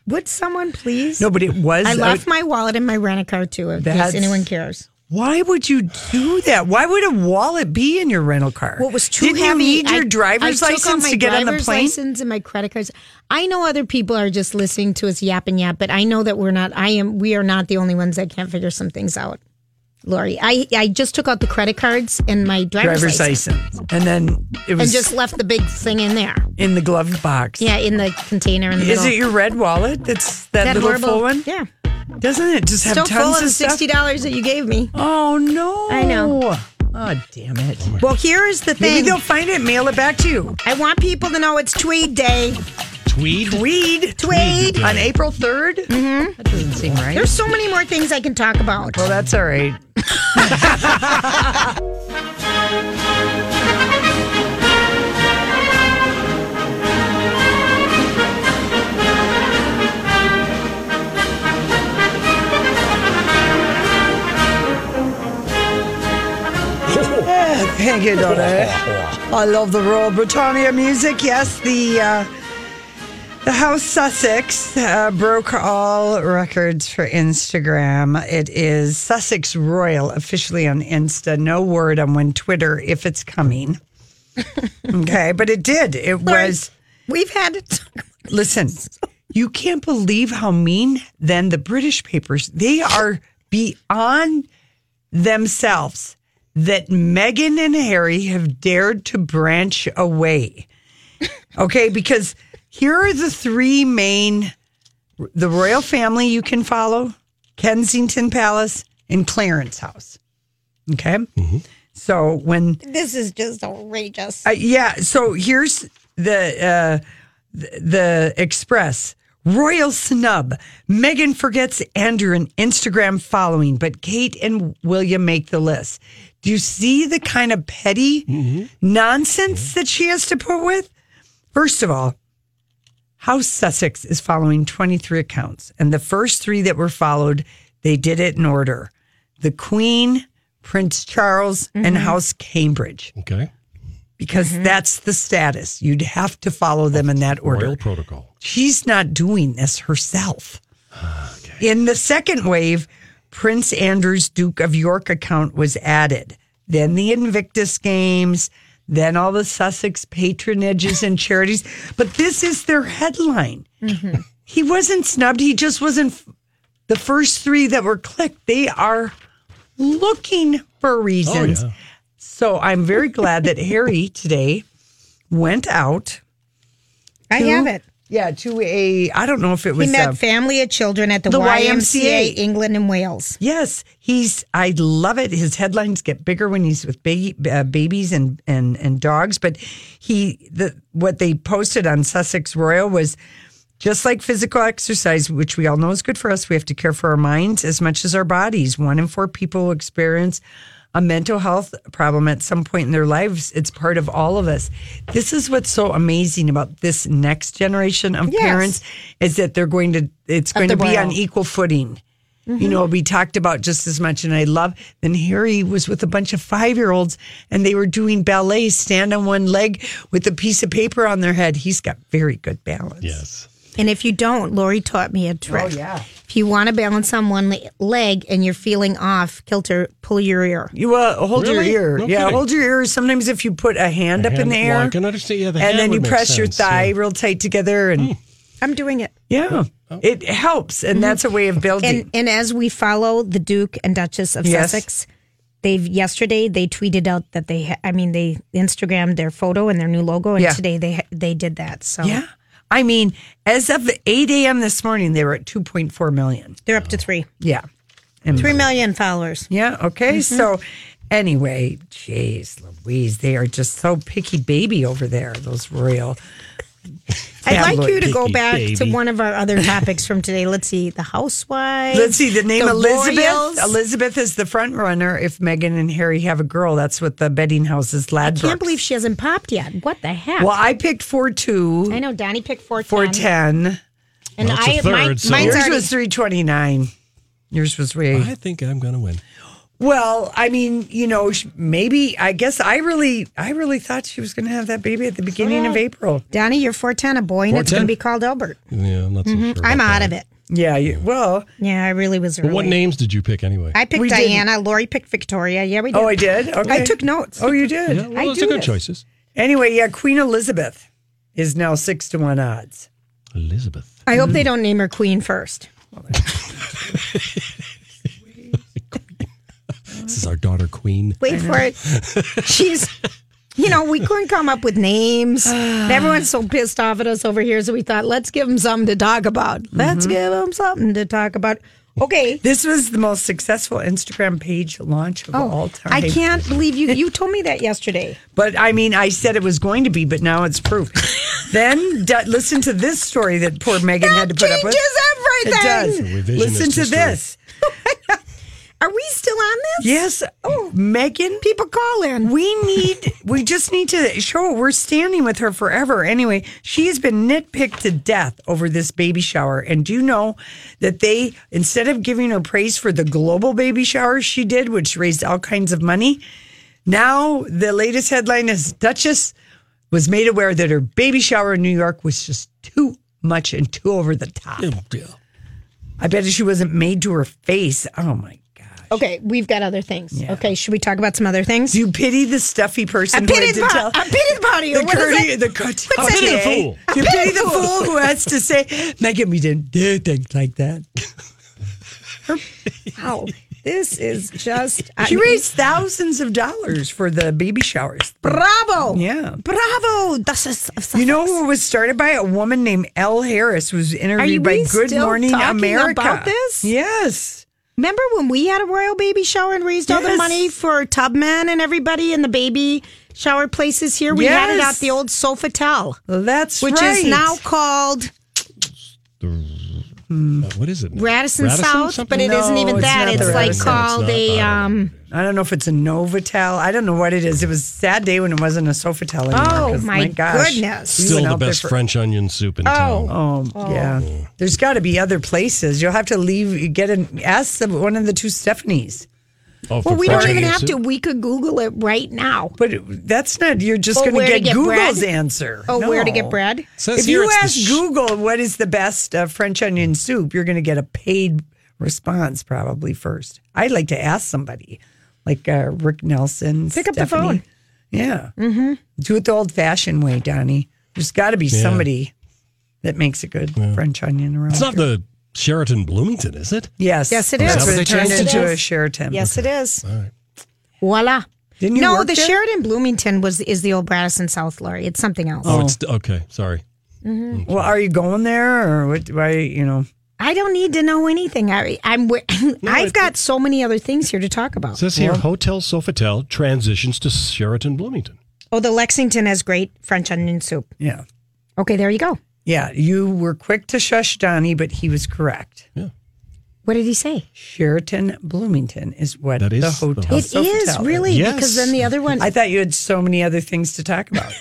Speaker 2: would someone please?
Speaker 3: No, but it was.
Speaker 2: I
Speaker 3: a-
Speaker 2: left my wallet and my rent a car too, in case
Speaker 3: uh, That's-
Speaker 2: anyone cares.
Speaker 3: Why would you do that? Why would a wallet be in your rental car?
Speaker 2: What was too
Speaker 3: Didn't
Speaker 2: heavy?
Speaker 3: you need your
Speaker 2: I-
Speaker 3: driver's
Speaker 2: I took out
Speaker 3: license
Speaker 2: my
Speaker 3: to get on the
Speaker 2: driver's
Speaker 3: plane?
Speaker 2: License and my credit cards. I know other people are just listening to us yap and yap, but I know that we're not. I am. We are not the only ones that can't figure some things out. Lori, I I just took out the credit cards and my driver's,
Speaker 3: Driver's
Speaker 2: license,
Speaker 3: license. And then it was
Speaker 2: and just left the big thing in there.
Speaker 3: in the glove box.
Speaker 2: Yeah, in the container in the
Speaker 3: Is
Speaker 2: middle.
Speaker 3: it your red wallet that's that,
Speaker 2: That
Speaker 3: little
Speaker 2: horrible-
Speaker 3: full one?
Speaker 2: Yeah.
Speaker 3: Doesn't it just have
Speaker 2: Still
Speaker 3: tons
Speaker 2: full of
Speaker 3: of
Speaker 2: the
Speaker 3: stuff?
Speaker 2: sixty dollars that you gave me?
Speaker 3: Oh no!
Speaker 2: I know.
Speaker 3: Oh damn it!
Speaker 2: Well, here is the thing.
Speaker 3: Maybe they'll find it, mail it back to you.
Speaker 2: I want people to know it's Tweed Day.
Speaker 1: Tweed.
Speaker 3: Tweed.
Speaker 2: Tweed.
Speaker 3: on April 3rd
Speaker 2: Mm-hmm.
Speaker 3: That doesn't seem right.
Speaker 2: There's so many more things I can talk about.
Speaker 3: well, that's all right. Yeah, Thank you, Donna. I love the Royal Britannia music. Yes, the uh, the House Sussex uh, broke all records for Instagram. It is Sussex Royal officially on Insta. No word on when Twitter, if it's coming. okay, but it did. It was.
Speaker 2: We've had it.
Speaker 3: Listen, you can't believe how mean then the British papers, they are beyond themselves that Meghan and Harry have dared to branch away. Okay, because here are the three main the royal family you can follow, Kensington Palace and Clarence House. Okay? So when
Speaker 2: This is just outrageous.
Speaker 3: uh, yeah. So here's the uh, th- the Express Royal snub. Megan forgets Andrew and Instagram following, but Kate and William make the list. Do you see the kind of petty nonsense that she has to put with? First of all, House Sussex is following 23 accounts, and the first three that were followed, they did it in order: the Queen, Prince Charles, and House Cambridge
Speaker 1: Okay.
Speaker 3: because that's the status. You'd have to follow them in that order.
Speaker 1: Royal protocol.
Speaker 3: She's not doing this herself. In the second wave, Prince Andrew's Duke of York account was added. Then the Invictus Games, then all the Sussex patronages and charities. But this is their headline. He wasn't snubbed. He just wasn't f- the first three that were clicked. They are looking for reasons.
Speaker 1: yeah.
Speaker 3: So I'm very glad that Harry today went out.
Speaker 2: I
Speaker 3: to-
Speaker 2: have it.
Speaker 3: Yeah, to a I don't know if it
Speaker 2: He
Speaker 3: was
Speaker 2: met
Speaker 3: uh,
Speaker 2: family of children at the,
Speaker 3: the
Speaker 2: YMCA,
Speaker 3: YMCA.
Speaker 2: England and Wales.
Speaker 3: Yes, he's. I love it. His headlines get bigger when he's with baby, uh, babies and, and and dogs. But he the what they posted on Sussex Royal was just like physical exercise, which we all know is good for us. We have to care for our minds as much as our bodies. One in four people experience a mental health problem at some point in their lives. It's part of all of us. This is what's so amazing about this next generation of
Speaker 2: Yes.
Speaker 3: parents is that they're going to. It's
Speaker 2: At
Speaker 3: going
Speaker 2: the
Speaker 3: to be on
Speaker 2: Royal.
Speaker 3: equal footing you know, we talked about just as much. And I love, then Harry was with a bunch of five year olds and they were doing ballet, stand on one leg with a piece of paper on their head. He's got very good balance.
Speaker 1: Yes.
Speaker 2: And if you don't, Lori taught me a trick.
Speaker 3: Oh, yeah.
Speaker 2: If you want to balance on one le- leg and you're feeling off kilter, pull your ear.
Speaker 3: You uh, hold
Speaker 1: Really?
Speaker 3: your ear.
Speaker 1: No
Speaker 3: yeah,
Speaker 1: kidding.
Speaker 3: hold your ear. Sometimes if you put a hand
Speaker 1: A
Speaker 3: up
Speaker 1: hand-
Speaker 3: in the
Speaker 1: well,
Speaker 3: air
Speaker 1: I can understand. Yeah, the hand
Speaker 3: and then
Speaker 1: would
Speaker 3: you
Speaker 1: make
Speaker 3: press your
Speaker 1: sense, yeah. Mm. Oh,
Speaker 3: thigh real tight together and
Speaker 2: I'm doing it.
Speaker 3: yeah, it helps.
Speaker 1: Mm-hmm.
Speaker 3: And that's a way of building.
Speaker 2: And and as we follow the Duke and Duchess of
Speaker 3: Yes.
Speaker 2: Sussex, they've yesterday they tweeted out that they ha- I mean they Instagrammed their photo and their new logo and
Speaker 3: Yeah.
Speaker 2: today they ha- they did that. So
Speaker 3: yeah. I mean, as of 8 a.m. this morning, they were at 2.4 million.
Speaker 2: they're up to 3.
Speaker 3: Yeah. And
Speaker 2: 3 million followers.
Speaker 3: Yeah. Okay. So, anyway, jeez, Louise, they are just so picky baby over there. Those royal.
Speaker 2: I'd like you to go
Speaker 3: Tabloid
Speaker 2: back
Speaker 3: picky
Speaker 2: to
Speaker 3: baby.
Speaker 2: one of our other topics from today. Let's see, the housewives.
Speaker 3: Let's see the name
Speaker 2: the
Speaker 3: Elizabeth.
Speaker 2: royals.
Speaker 3: Elizabeth is the front runner. If Meghan and Harry have a girl, that's what the betting house is. Ladbrokes.
Speaker 2: Can't believe she hasn't popped yet. What the heck?
Speaker 3: Well, I picked four two
Speaker 2: I know Donnie picked four ten.
Speaker 3: four ten.
Speaker 2: And
Speaker 1: Well, it's a
Speaker 2: I mine,
Speaker 1: third, so-
Speaker 2: mine's
Speaker 3: Yours
Speaker 2: already,
Speaker 3: was three twenty nine. Yours was way.
Speaker 1: I think I'm going to win.
Speaker 3: Well, I mean, you know, sh- maybe I guess I really, I really thought she was going to have that baby at the beginning of April.
Speaker 2: Donnie, you're four ten a boy and it's gonna
Speaker 1: 410?
Speaker 2: be called Albert.
Speaker 1: Yeah, I'm not so sure.
Speaker 2: Mm-hmm. I'm
Speaker 1: about
Speaker 2: out
Speaker 1: that.
Speaker 2: of it.
Speaker 3: Yeah. You, well.
Speaker 2: Yeah, I really was.
Speaker 1: Well, what
Speaker 2: early.
Speaker 1: names did you pick anyway?
Speaker 2: I picked
Speaker 3: We didn't.
Speaker 2: Diana. Lori picked Victoria. Yeah, we did.
Speaker 3: Oh, I did? Okay.
Speaker 2: I took notes.
Speaker 3: Oh, you did?
Speaker 1: Yeah, well, those are good choices.
Speaker 3: Anyway, yeah, Queen Elizabeth is now six to one odds.
Speaker 1: Elizabeth.
Speaker 2: I hope they don't name her Queen first.
Speaker 1: This is our daughter, Queen.
Speaker 2: Wait for it. She's, you know, we couldn't come up with names. And everyone's so pissed off at us over here, so we thought, let's give them something to talk about. Let's give them something to talk about. Okay.
Speaker 3: This was Mm-hmm. the most successful Instagram page launch of all time.
Speaker 2: Oh, I can't believe you. You told me that yesterday.
Speaker 3: But I mean, I said it was going to be, but now it's proof. then d- listen to this story that poor Megan had to put up with.
Speaker 2: Changes everything.
Speaker 3: It does. Listen to
Speaker 1: history.
Speaker 3: this.
Speaker 2: Are we still on this?
Speaker 3: Yes. Oh, Megan.
Speaker 2: People call in.
Speaker 3: We need, we just need to show we're standing with her forever. Anyway, she has been nitpicked to death over this baby shower. And do you know that they, instead of giving her praise for the global baby shower she did, which raised all kinds of money, now the latest headline is Duchess was made aware that her baby shower in New York was just too much and too over the top.
Speaker 1: Oh,
Speaker 3: I bet she wasn't made to her face. Oh my.
Speaker 2: Okay, we've got other things. Okay, should we talk about some other things?
Speaker 3: Do you pity the stuffy person?
Speaker 2: A
Speaker 3: who had
Speaker 2: pity
Speaker 3: to
Speaker 2: po-
Speaker 3: tell-
Speaker 2: a pity party, or
Speaker 3: The
Speaker 2: what is
Speaker 3: courtier,
Speaker 2: it?
Speaker 3: the courtier.
Speaker 2: What's that? A pity fool.
Speaker 3: You
Speaker 2: A pity
Speaker 3: pity the
Speaker 2: fool.
Speaker 3: fool who has to say, Megan, we didn't do things like that.
Speaker 2: Wow, Oh, this is just. I
Speaker 3: She
Speaker 2: mean,
Speaker 3: raised thousands of dollars for the baby showers.
Speaker 2: Bravo!
Speaker 3: Yeah.
Speaker 2: Bravo! This is
Speaker 3: You know who it was started by? A woman named Elle Harris who was interviewed by
Speaker 2: we
Speaker 3: Good
Speaker 2: still
Speaker 3: Morning
Speaker 2: talking
Speaker 3: America.
Speaker 2: about this?
Speaker 3: Yes.
Speaker 2: Remember when we had a royal baby shower and raised all the
Speaker 3: Yes.
Speaker 2: money for Tubman and everybody in the baby shower places here? We handed out
Speaker 3: Yes.
Speaker 2: the old Sofitel,
Speaker 3: That's
Speaker 2: which
Speaker 3: right.
Speaker 2: is now called
Speaker 1: Uh, what is it? now?
Speaker 2: Hmm. Radisson, South,
Speaker 1: something?
Speaker 2: but it
Speaker 3: No,
Speaker 2: not even
Speaker 3: it's
Speaker 2: that.
Speaker 3: not
Speaker 2: It's
Speaker 3: the
Speaker 2: like
Speaker 3: Radisson.
Speaker 2: called
Speaker 1: It's
Speaker 2: a.
Speaker 1: not.
Speaker 2: Um,
Speaker 3: I don't know if it's a Novotel. I don't know what it is. It was a sad day when it wasn't a Sofitel anymore.
Speaker 2: Oh,
Speaker 3: 'cause,
Speaker 2: my
Speaker 3: gosh,
Speaker 2: goodness.
Speaker 3: we
Speaker 1: Still
Speaker 3: went
Speaker 1: the
Speaker 3: out there
Speaker 1: best
Speaker 3: for
Speaker 1: French onion soup in town.
Speaker 3: Oh, yeah. There's got to be other places. You'll have to leave. Get an ask some, one of the two Stephanies.
Speaker 1: Oh, for
Speaker 2: well, we don't
Speaker 1: French
Speaker 2: even
Speaker 1: onion
Speaker 2: have
Speaker 1: soup?
Speaker 2: to. We could Google it right now.
Speaker 3: But that's not. You're just
Speaker 2: Oh,
Speaker 3: going
Speaker 2: where to
Speaker 3: get,
Speaker 2: get
Speaker 3: Google's
Speaker 2: bread?
Speaker 3: answer.
Speaker 2: Oh, where to get
Speaker 3: No.
Speaker 2: bread?
Speaker 1: Says
Speaker 3: If
Speaker 1: here
Speaker 3: you
Speaker 1: it's the
Speaker 3: ask
Speaker 1: sh-
Speaker 3: Google what is the best uh, French onion soup, you're going to get a paid response probably first. I'd like to ask somebody, like uh, Rick Nelson.
Speaker 2: Pick up the
Speaker 3: Stephanie.
Speaker 2: phone.
Speaker 3: Yeah. Mm-hmm. Do it the old-fashioned way, Donnie. There's got to be somebody that makes a good French onion around.
Speaker 1: It's not
Speaker 3: here.
Speaker 1: the Sheraton Bloomington, is it?
Speaker 3: Yes.
Speaker 2: Yes, it
Speaker 3: That's
Speaker 1: Is that
Speaker 2: is.
Speaker 3: what it
Speaker 1: what they
Speaker 3: turned
Speaker 1: changed
Speaker 2: it?
Speaker 3: into
Speaker 2: Yes.
Speaker 3: a Sheraton.
Speaker 2: Yes, it is.
Speaker 1: All right.
Speaker 2: Voila.
Speaker 3: Didn't you
Speaker 2: no,
Speaker 3: work
Speaker 2: the
Speaker 3: there?
Speaker 2: Sheridan Bloomington was is the old Radisson South Lori. It's something else.
Speaker 1: Oh, it's okay. Sorry.
Speaker 3: Well, are you going there or what? Why, you know,
Speaker 2: I don't need to know anything. I, I'm. wi- I've
Speaker 1: it-
Speaker 2: got so many other things here to talk
Speaker 1: It
Speaker 2: about.
Speaker 1: says here Hotel Sofitel transitions to Sheraton Bloomington.
Speaker 2: Oh, the Lexington has great French onion soup.
Speaker 3: yeah.
Speaker 2: Okay, there you go.
Speaker 3: Yeah, you were quick to shush Donnie, but he was correct.
Speaker 2: What did he say?
Speaker 3: Sheraton Bloomington is what
Speaker 1: That is
Speaker 3: the
Speaker 1: the
Speaker 3: hotel
Speaker 1: hotel.
Speaker 2: It is
Speaker 3: Sofitel
Speaker 2: really
Speaker 1: Yes.
Speaker 2: because then the other one.
Speaker 3: I thought you had so many other things to talk about.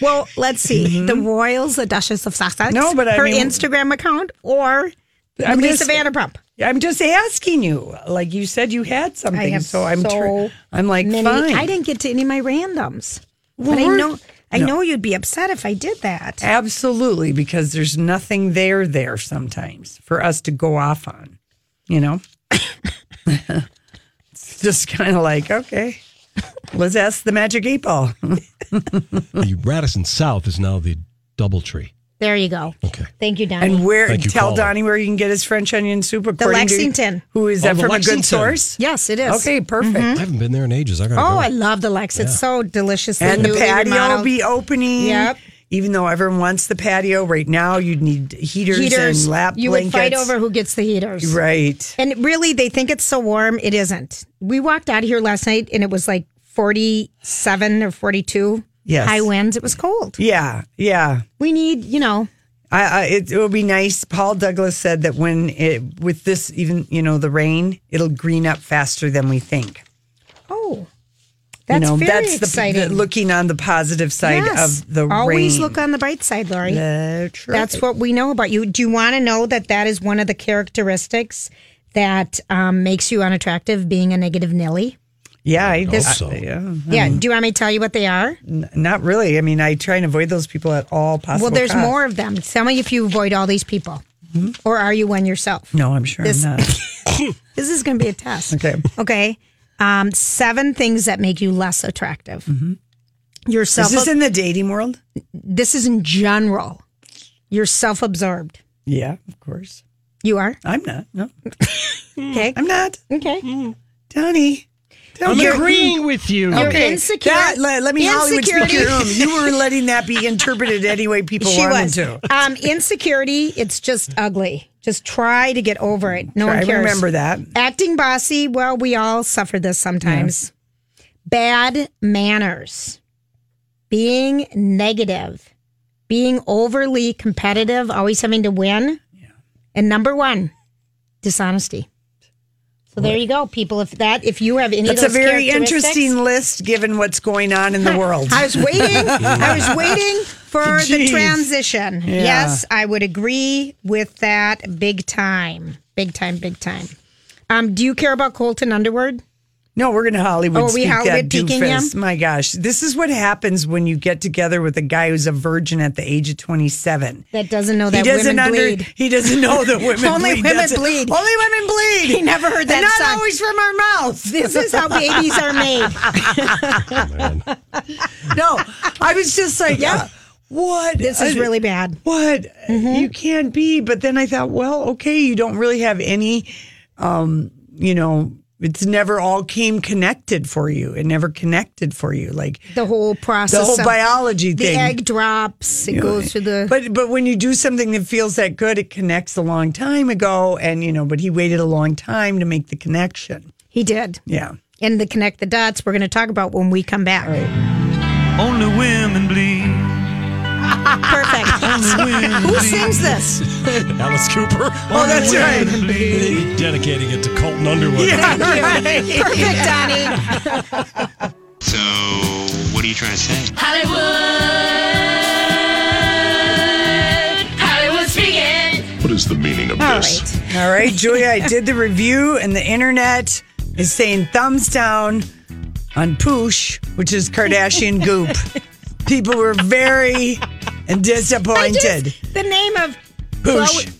Speaker 2: well, let's see. The Royals, the Duchess of Sussex.
Speaker 3: No, but I
Speaker 2: her
Speaker 3: mean-
Speaker 2: Instagram account or
Speaker 3: I'm
Speaker 2: Lisa
Speaker 3: just-
Speaker 2: Vanderpump.
Speaker 3: I'm just asking you. Like you said, you had something,
Speaker 2: I have
Speaker 3: so I'm tr-
Speaker 2: so
Speaker 3: I'm like
Speaker 2: many-
Speaker 3: fine.
Speaker 2: I didn't get to any of my randoms,
Speaker 3: Well,
Speaker 2: but I
Speaker 3: we're-
Speaker 2: know I
Speaker 3: No.
Speaker 2: know you'd be upset if I did that.
Speaker 3: Absolutely, because there's nothing there there sometimes for us to go off on, you know? it's just kind of like, okay, let's ask the magic eight ball.
Speaker 1: the Radisson South is now the DoubleTree.
Speaker 2: There you go.
Speaker 1: Okay.
Speaker 2: Thank you, Donnie.
Speaker 3: And where,
Speaker 1: Thank you,
Speaker 3: tell
Speaker 1: caller.
Speaker 3: Donnie where you can get his French onion soup according
Speaker 2: Lexington.
Speaker 3: to who is
Speaker 1: Oh,
Speaker 3: that
Speaker 1: the
Speaker 3: from a
Speaker 1: Lexington.
Speaker 3: good source?
Speaker 2: Yes, Mm-hmm. it is.
Speaker 3: Okay, perfect.
Speaker 1: I haven't been there in ages. I gotta
Speaker 2: Hmm? Oh,
Speaker 1: go.
Speaker 2: I love the Lex. It's so deliciously
Speaker 3: And the
Speaker 2: newly
Speaker 3: patio will
Speaker 2: remodeled.
Speaker 3: be opening.
Speaker 2: Yep.
Speaker 3: Even though everyone wants the patio right now, you'd need heaters,
Speaker 2: heaters.
Speaker 3: and lap
Speaker 2: you would fight
Speaker 3: blankets.
Speaker 2: over who gets the heaters.
Speaker 3: Right.
Speaker 2: And really, they think it's so warm. It isn't. We walked out of here last night and it was like 47 or 42
Speaker 3: Yes.
Speaker 2: high winds. It was cold.
Speaker 3: Yeah, yeah.
Speaker 2: We need, you know,
Speaker 3: I, I it, it will be nice. Paul Douglas said that when it with this even you know the rain, it'll green up faster than we think.
Speaker 2: oh, that's
Speaker 3: you know,
Speaker 2: very
Speaker 3: that's the,
Speaker 2: exciting.
Speaker 3: the looking on the positive side
Speaker 2: Yes.
Speaker 3: of the
Speaker 2: Always
Speaker 3: rain.
Speaker 2: look on the bright side, Lori.
Speaker 3: That's right.
Speaker 2: That's what we know about you. Do you want to know that that is one of the characteristics that um, makes you unattractive, being a negative Nelly?
Speaker 3: Yeah, I,
Speaker 1: This-
Speaker 3: I- yeah,
Speaker 2: Yeah. Do you want me to tell you what they are?
Speaker 3: N- not really. I mean, I try Mm-hmm. and avoid those people at all possible.
Speaker 2: well, there's
Speaker 3: costs.
Speaker 2: more of them. Tell me if you avoid all these people. Or are you one yourself?
Speaker 3: No, I'm sure
Speaker 2: This-
Speaker 3: I'm not.
Speaker 2: This is going to be a test.
Speaker 3: Mm. Okay.
Speaker 2: Okay. Um, seven things that make you less attractive. You're
Speaker 3: Mm-hmm. Is
Speaker 2: self.
Speaker 3: this in the dating world?
Speaker 2: This is in general. You're self-absorbed.
Speaker 3: Yeah, of course.
Speaker 2: You are.
Speaker 3: I'm not. No.
Speaker 2: Okay.
Speaker 3: I'm not.
Speaker 2: Okay.
Speaker 3: Donnie.
Speaker 13: I'm
Speaker 3: You're-
Speaker 13: agreeing with you.
Speaker 2: You're insecure.
Speaker 3: That- let, let me Hollywood speak
Speaker 2: Insecurity.
Speaker 3: your room. You were letting that be interpreted any way people
Speaker 2: she
Speaker 3: wanted
Speaker 2: was.
Speaker 3: to.
Speaker 2: Um, insecurity. It's just ugly. Just try to get over it. No
Speaker 3: Sure,
Speaker 2: one
Speaker 3: I
Speaker 2: cares.
Speaker 3: remember that.
Speaker 2: Acting bossy. Well, we all suffer this sometimes. Bad manners. Being negative. Being overly competitive. Always having to win. And number one, dishonesty. So there you go, people. If that, if you have any,
Speaker 3: That's a
Speaker 2: of those
Speaker 3: very
Speaker 2: characteristics-
Speaker 3: interesting list given what's going on in the world.
Speaker 2: I was waiting. I was waiting for the
Speaker 3: Jeez.
Speaker 2: transition.
Speaker 3: Yeah.
Speaker 2: Yes, I would agree with that big time. Big time, big time. Um, do you care about Colton Underwood?
Speaker 3: No, we're going to Hollywood
Speaker 2: Oh, are we
Speaker 3: speak
Speaker 2: Hollywood
Speaker 3: that
Speaker 2: peeking
Speaker 3: doofus.
Speaker 2: him?
Speaker 3: My gosh. This is what happens when you get together with a guy who's a virgin at the age of 27.
Speaker 2: That doesn't know Oh, that women bleed.
Speaker 3: He doesn't know that women
Speaker 2: Only
Speaker 3: bleed.
Speaker 2: women
Speaker 3: That's it.
Speaker 2: bleed.
Speaker 3: Only women bleed.
Speaker 2: He never heard
Speaker 3: And
Speaker 2: that
Speaker 3: not
Speaker 2: song.
Speaker 3: always from our mouth.
Speaker 2: This is how babies are made.
Speaker 3: no, I was just like, yeah, what?
Speaker 2: This is really bad. Mm-hmm.
Speaker 3: What? You can't be. But then I thought, well, okay, you don't really have any, um, you know, it's never all came connected for you. It never connected for you. Like
Speaker 2: The whole process.
Speaker 3: The whole
Speaker 2: of-
Speaker 3: biology thing.
Speaker 2: The egg drops. It
Speaker 3: you know,
Speaker 2: goes through the.
Speaker 3: But but when you do something that feels that good, it connects a long time ago. And you know, but he waited a long time to make the connection.
Speaker 2: He did.
Speaker 3: Yeah.
Speaker 2: And the connect the dots. We're going to talk about when we come back.
Speaker 13: Only women bleed.
Speaker 2: Perfect. Who sings this?
Speaker 1: Alice Cooper.
Speaker 3: Oh, that's right.
Speaker 1: Dedicating it to Colton Underwood.
Speaker 2: Thank you. Perfect, Donnie.
Speaker 9: So, what are you trying to say?
Speaker 14: Hollywood. Hollywood speaking.
Speaker 15: What is the meaning of this?
Speaker 3: All right, Julia, I did the review, and the internet is saying thumbs down on Poosh, which is Kardashian goop. People were very disappointed.
Speaker 2: The name of
Speaker 3: Poosh.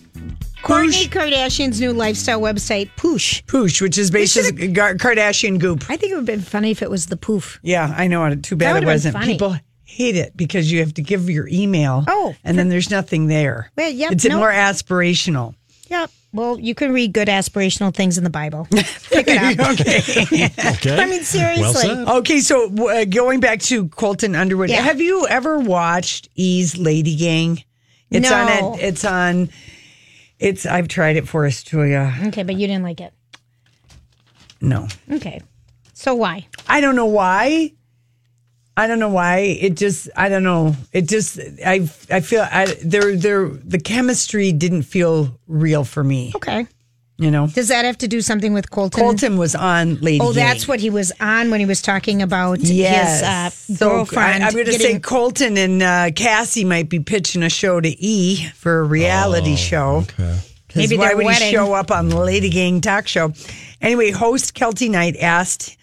Speaker 2: Kourtney Kardashian's new lifestyle website, Poosh.
Speaker 3: Poosh, which is based as Gar- Kardashian goop.
Speaker 2: I think it would have been funny if it was the poof.
Speaker 3: Yeah, I know. it. Too
Speaker 2: That
Speaker 3: bad
Speaker 2: would've
Speaker 3: it
Speaker 2: been
Speaker 3: wasn't.
Speaker 2: funny.
Speaker 3: People hate it because you have to give your email.
Speaker 2: Oh,
Speaker 3: and then there's nothing there.
Speaker 2: Well, yep,
Speaker 3: it's
Speaker 2: no.
Speaker 3: more aspirational.
Speaker 2: Yep. Well, you can read good aspirational things in the Bible. Pick it up.
Speaker 3: okay.
Speaker 1: okay.
Speaker 2: I mean, seriously.
Speaker 3: Okay, so uh, going back to Colton Underwood,
Speaker 2: Yeah.
Speaker 3: have you ever watched E's Lady Gang? It's
Speaker 2: No.
Speaker 3: on it. It's on. It's. I've tried it for us, Julia.
Speaker 2: Okay, but you didn't like it.
Speaker 3: No,
Speaker 2: Okay. So why?
Speaker 3: I don't know why. I don't know why. It just. I don't know. It just. I. I feel. I. There. There. The chemistry didn't feel real for me.
Speaker 2: Okay.
Speaker 3: You know.
Speaker 2: Does that have to do something with Colton?
Speaker 3: Colton was on Lady.
Speaker 2: Oh, that's
Speaker 3: Gang.
Speaker 2: what he was on when he was talking about
Speaker 3: Yes.
Speaker 2: his uh,
Speaker 3: So,
Speaker 2: girlfriend.
Speaker 3: I, am going to say
Speaker 2: getting-
Speaker 3: Colton and uh, Cassie might be pitching a show to E for a reality show. Okay.
Speaker 2: Maybe
Speaker 3: why
Speaker 2: their
Speaker 3: would
Speaker 2: wedding.
Speaker 3: he show up on the Lady Gang talk show? Anyway, host Kelty Knight asked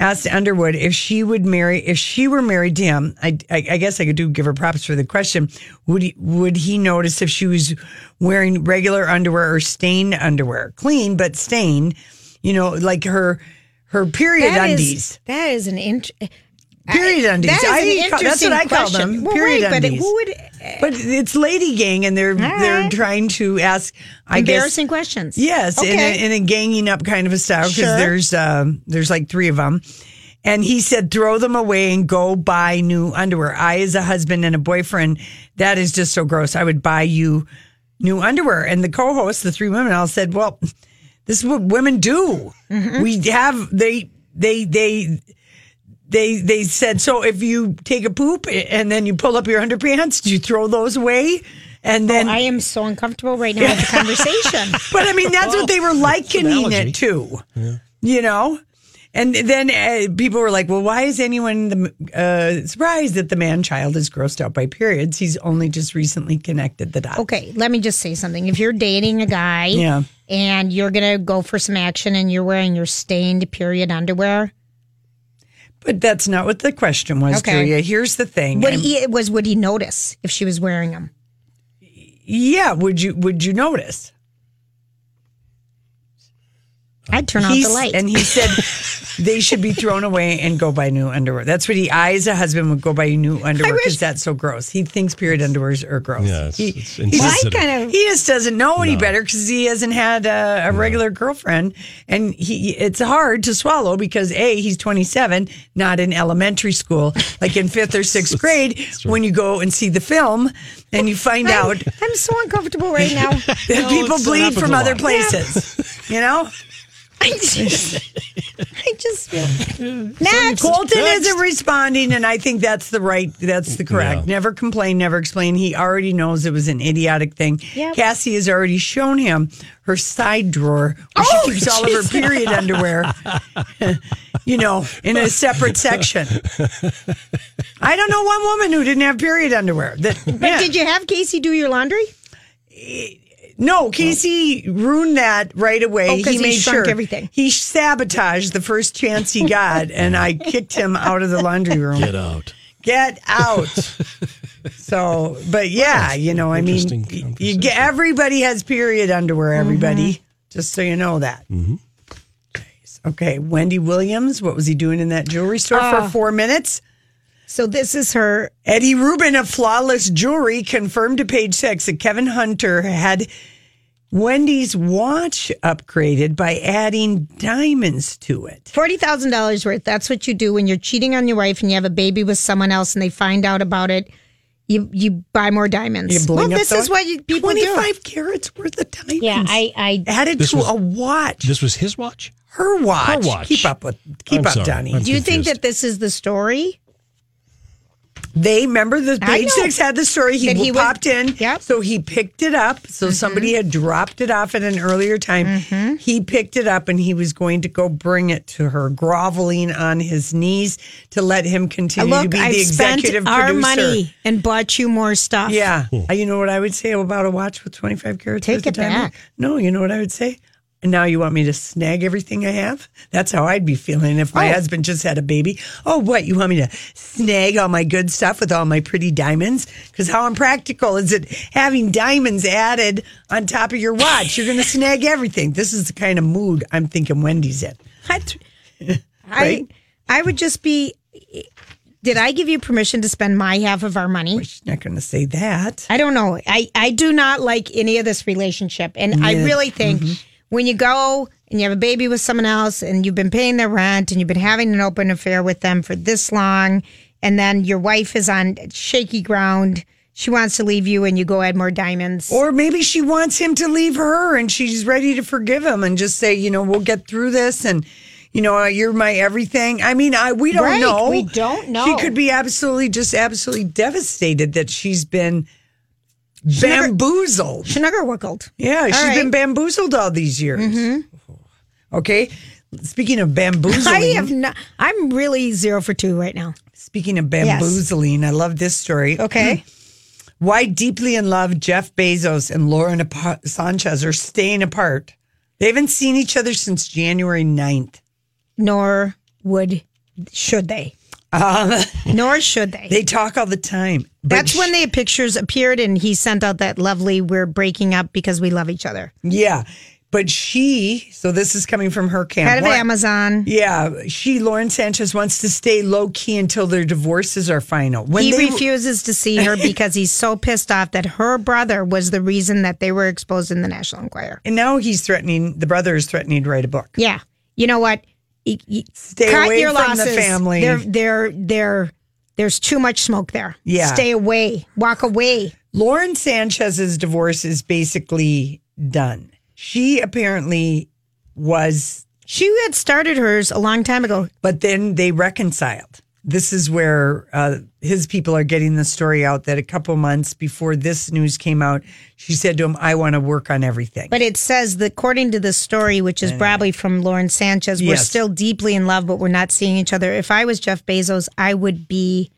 Speaker 3: asked Underwood if she would marry if she were married to him. I, I, I guess I could do give her props for the question. Would he, would he notice if she was wearing regular underwear or stained underwear, clean but stained? You know, like her her period
Speaker 2: That is-
Speaker 3: undies.
Speaker 2: that is an int-
Speaker 3: Period undies.
Speaker 2: That is
Speaker 3: I
Speaker 2: an
Speaker 3: think ca- that's
Speaker 2: interesting
Speaker 3: what I call
Speaker 2: question.
Speaker 3: them.
Speaker 2: Well,
Speaker 3: period
Speaker 2: wait, but
Speaker 3: undies.
Speaker 2: who would-
Speaker 3: But it's lady gang, and they're
Speaker 2: All
Speaker 3: they're
Speaker 2: right.
Speaker 3: trying to ask. I
Speaker 2: embarrassing
Speaker 3: guess
Speaker 2: questions.
Speaker 3: yes, in,
Speaker 2: Okay.
Speaker 3: a, in a ganging up kind of a style because
Speaker 2: Sure.
Speaker 3: there's um, there's like three of them. And he said, throw them away and go buy new underwear. I, as a husband and a boyfriend, that is just so gross. I would buy you new underwear. And the co hosts, the three women, all said, well, this is what women do.
Speaker 2: Mm-hmm.
Speaker 3: We have, they, they, they, they they said so if you take a poop eh, and then you pull up your underpants do you throw those away and then
Speaker 2: I am so uncomfortable right now with the conversation.
Speaker 3: but i mean that's what they were likening
Speaker 1: analogy.
Speaker 3: it to you know and then uh, people were like well why is anyone the, uh, surprised that the man child is grossed out by periods he's only just recently connected the dots
Speaker 2: Okay, let me just say something. If you're dating a guy
Speaker 3: Yeah.
Speaker 2: and you're going to go for some action and you're wearing your stained period underwear,
Speaker 3: but that's not what the question was
Speaker 2: Okay.
Speaker 3: julia here's the thing
Speaker 2: would
Speaker 3: I'm-
Speaker 2: he, it was would he notice if she was wearing them?
Speaker 3: Yeah, would you would you notice?
Speaker 2: I'd turn off the
Speaker 3: He's-
Speaker 2: light.
Speaker 3: And he said they should be thrown away and go buy new underwear. That's what he I as a husband would go buy new underwear because that's so gross. He thinks period underwears are gross.
Speaker 1: Yeah, it's-
Speaker 3: he,
Speaker 1: it's
Speaker 3: he just,
Speaker 1: insensitive.
Speaker 3: kind of, he just doesn't know any better because he hasn't had a, a regular girlfriend, and he it's hard to swallow because a he's twenty seven, not in elementary school, like in fifth or sixth grade when you go and see the film and you find out
Speaker 2: I'm so uncomfortable right now.
Speaker 3: that
Speaker 2: No,
Speaker 3: people
Speaker 2: it's-
Speaker 3: bleed
Speaker 2: it happens
Speaker 3: from
Speaker 2: a
Speaker 3: other
Speaker 2: lot.
Speaker 3: places, you know.
Speaker 2: I just, I just feel
Speaker 3: Next. Colton isn't responding, and I think that's the right, that's the correct. Never complain, never explain. He already knows it was an idiotic thing.
Speaker 2: Yep.
Speaker 3: Cassie has already shown him her side drawer where
Speaker 2: Oh,
Speaker 3: she keeps all of her
Speaker 2: jeez.
Speaker 3: period underwear, you know, in a separate section. I don't know one woman who didn't have period underwear. That,
Speaker 2: But did you have Casey do your laundry?
Speaker 3: No, Casey ruined that right
Speaker 2: Oh,
Speaker 3: away.
Speaker 2: 'cause
Speaker 3: he
Speaker 2: he
Speaker 3: made
Speaker 2: shrunk
Speaker 3: sure
Speaker 2: everything.
Speaker 3: He sabotaged the first chance he got, and I kicked him out of the laundry room.
Speaker 1: Get out.
Speaker 3: Get out. so, but yeah, you know, I mean,
Speaker 1: Interesting
Speaker 3: you get, everybody has period underwear. Everybody, just so you know that.
Speaker 1: Mhm.
Speaker 3: Okay, Wendy Williams, what was he doing in that jewelry store
Speaker 2: Oh.
Speaker 3: for four minutes?
Speaker 2: So this is her.
Speaker 3: Eddie Rubin of Flawless Jewelry confirmed to Page Six that Kevin Hunter had Wendy's watch upgraded by adding diamonds to it.
Speaker 2: Forty thousand dollars worth. That's what you do when you're cheating on your wife and you have a baby with someone else, and they find out about it. You you buy more diamonds.
Speaker 3: You
Speaker 2: well,
Speaker 3: bling up
Speaker 2: this
Speaker 3: the-
Speaker 2: is what you, people do.
Speaker 3: 25 carats worth of diamonds.
Speaker 2: Yeah, I I
Speaker 3: added
Speaker 1: This
Speaker 3: to
Speaker 1: was-
Speaker 3: a watch.
Speaker 1: This was his watch?
Speaker 3: Her watch.
Speaker 1: Her watch.
Speaker 3: Keep up with keep
Speaker 1: I'm
Speaker 3: up,
Speaker 1: sorry.
Speaker 3: Donnie.
Speaker 1: I'm
Speaker 2: Do you think
Speaker 1: confused.
Speaker 2: that this is the story?
Speaker 3: They remember the
Speaker 2: I
Speaker 3: page
Speaker 2: know.
Speaker 3: six had the story. He,
Speaker 2: That he was-
Speaker 3: popped in.
Speaker 2: Yep. Mm-hmm.
Speaker 3: So he picked it up. So somebody had dropped it off at an earlier time. He picked it up and he was going to go bring it to her, groveling on his knees to let him continue to
Speaker 2: Look,
Speaker 3: be
Speaker 2: I've
Speaker 3: the executive
Speaker 2: spent our
Speaker 3: producer.
Speaker 2: money and bought you more stuff.
Speaker 3: Yeah. Uh, You know what I would say about a watch with 25 carats?
Speaker 2: Take
Speaker 3: worth of
Speaker 2: it
Speaker 3: diamond?
Speaker 2: back.
Speaker 3: No, you know what I would say? And now you want me to snag everything I have? That's how I'd be feeling if my
Speaker 2: Oh.
Speaker 3: husband just had a baby. Oh, what? You want me to snag all my good stuff with all my pretty diamonds? Because how impractical is it having diamonds added on top of your watch? You're going to snag everything. This is the kind of mood I'm thinking Wendy's in.
Speaker 2: What?
Speaker 3: Right?
Speaker 2: I I would just be. Did I give you permission to spend my half of our money?
Speaker 3: She's not going to say that.
Speaker 2: I don't know. I, I do not like any of this relationship. And I
Speaker 3: Yeah. Mm-hmm.
Speaker 2: really think when you go and you have a baby with someone else and you've been paying their rent and you've been having an open affair with them for this long, and then your wife is on shaky ground, she wants to leave you and you go add more diamonds.
Speaker 3: Or maybe she wants him to leave her and she's ready to forgive him and just say, you know, we'll get through this and you know, uh, you're my everything. I mean, I we don't
Speaker 2: Right,
Speaker 3: know.
Speaker 2: we don't know.
Speaker 3: She could be absolutely just absolutely devastated that she's been
Speaker 2: never-
Speaker 3: bamboozled.
Speaker 2: Schnugger wiggled.
Speaker 3: yeah, she's
Speaker 2: right. Mm-hmm.
Speaker 3: been bamboozled all these years. Okay. Speaking of bamboozling,
Speaker 2: I have not, I'm really zero for two right now.
Speaker 3: Speaking of bamboozling, I love this story.
Speaker 2: Okay.
Speaker 3: Why deeply in love Jeff Bezos and Lauren Apa- Sanchez are staying apart. They haven't seen each other since January 9th.
Speaker 2: Nor would, should they.
Speaker 3: Um,
Speaker 2: Nor should they.
Speaker 3: they talk all the time. But
Speaker 2: That's when the pictures appeared, and he sent out that lovely "We're breaking up because we love each other."
Speaker 3: sh- yeah. But she, so this is coming from her camp.
Speaker 2: Head of
Speaker 3: Why-
Speaker 2: Amazon,
Speaker 3: Yeah. She, Lauren Sanchez, wants to stay low key until their divorces are final. When
Speaker 2: he
Speaker 3: they-
Speaker 2: refuses to see her because he's so pissed off that her brother was the reason that they were exposed in the National Enquirer.
Speaker 3: And now he's threatening, the brother is threatening to write a book.
Speaker 2: Yeah, you know what? E, Y- y-
Speaker 3: Stay away from the family.
Speaker 2: There, there, there. There's too much smoke there.
Speaker 3: Yeah.
Speaker 2: stay away. Walk away.
Speaker 3: Lauren Sanchez's divorce is basically done. She apparently was,
Speaker 2: She had started hers a long time ago.
Speaker 3: but then they reconciled. This is where uh, his people are getting the story out that a couple months before this news came out, she said to him, I want to work on everything.
Speaker 2: But it says that according to this story, which is probably from Lauren Sanchez, we're
Speaker 3: Yes.
Speaker 2: still deeply in love, but we're not seeing each other. If I was Jeff Bezos, I would be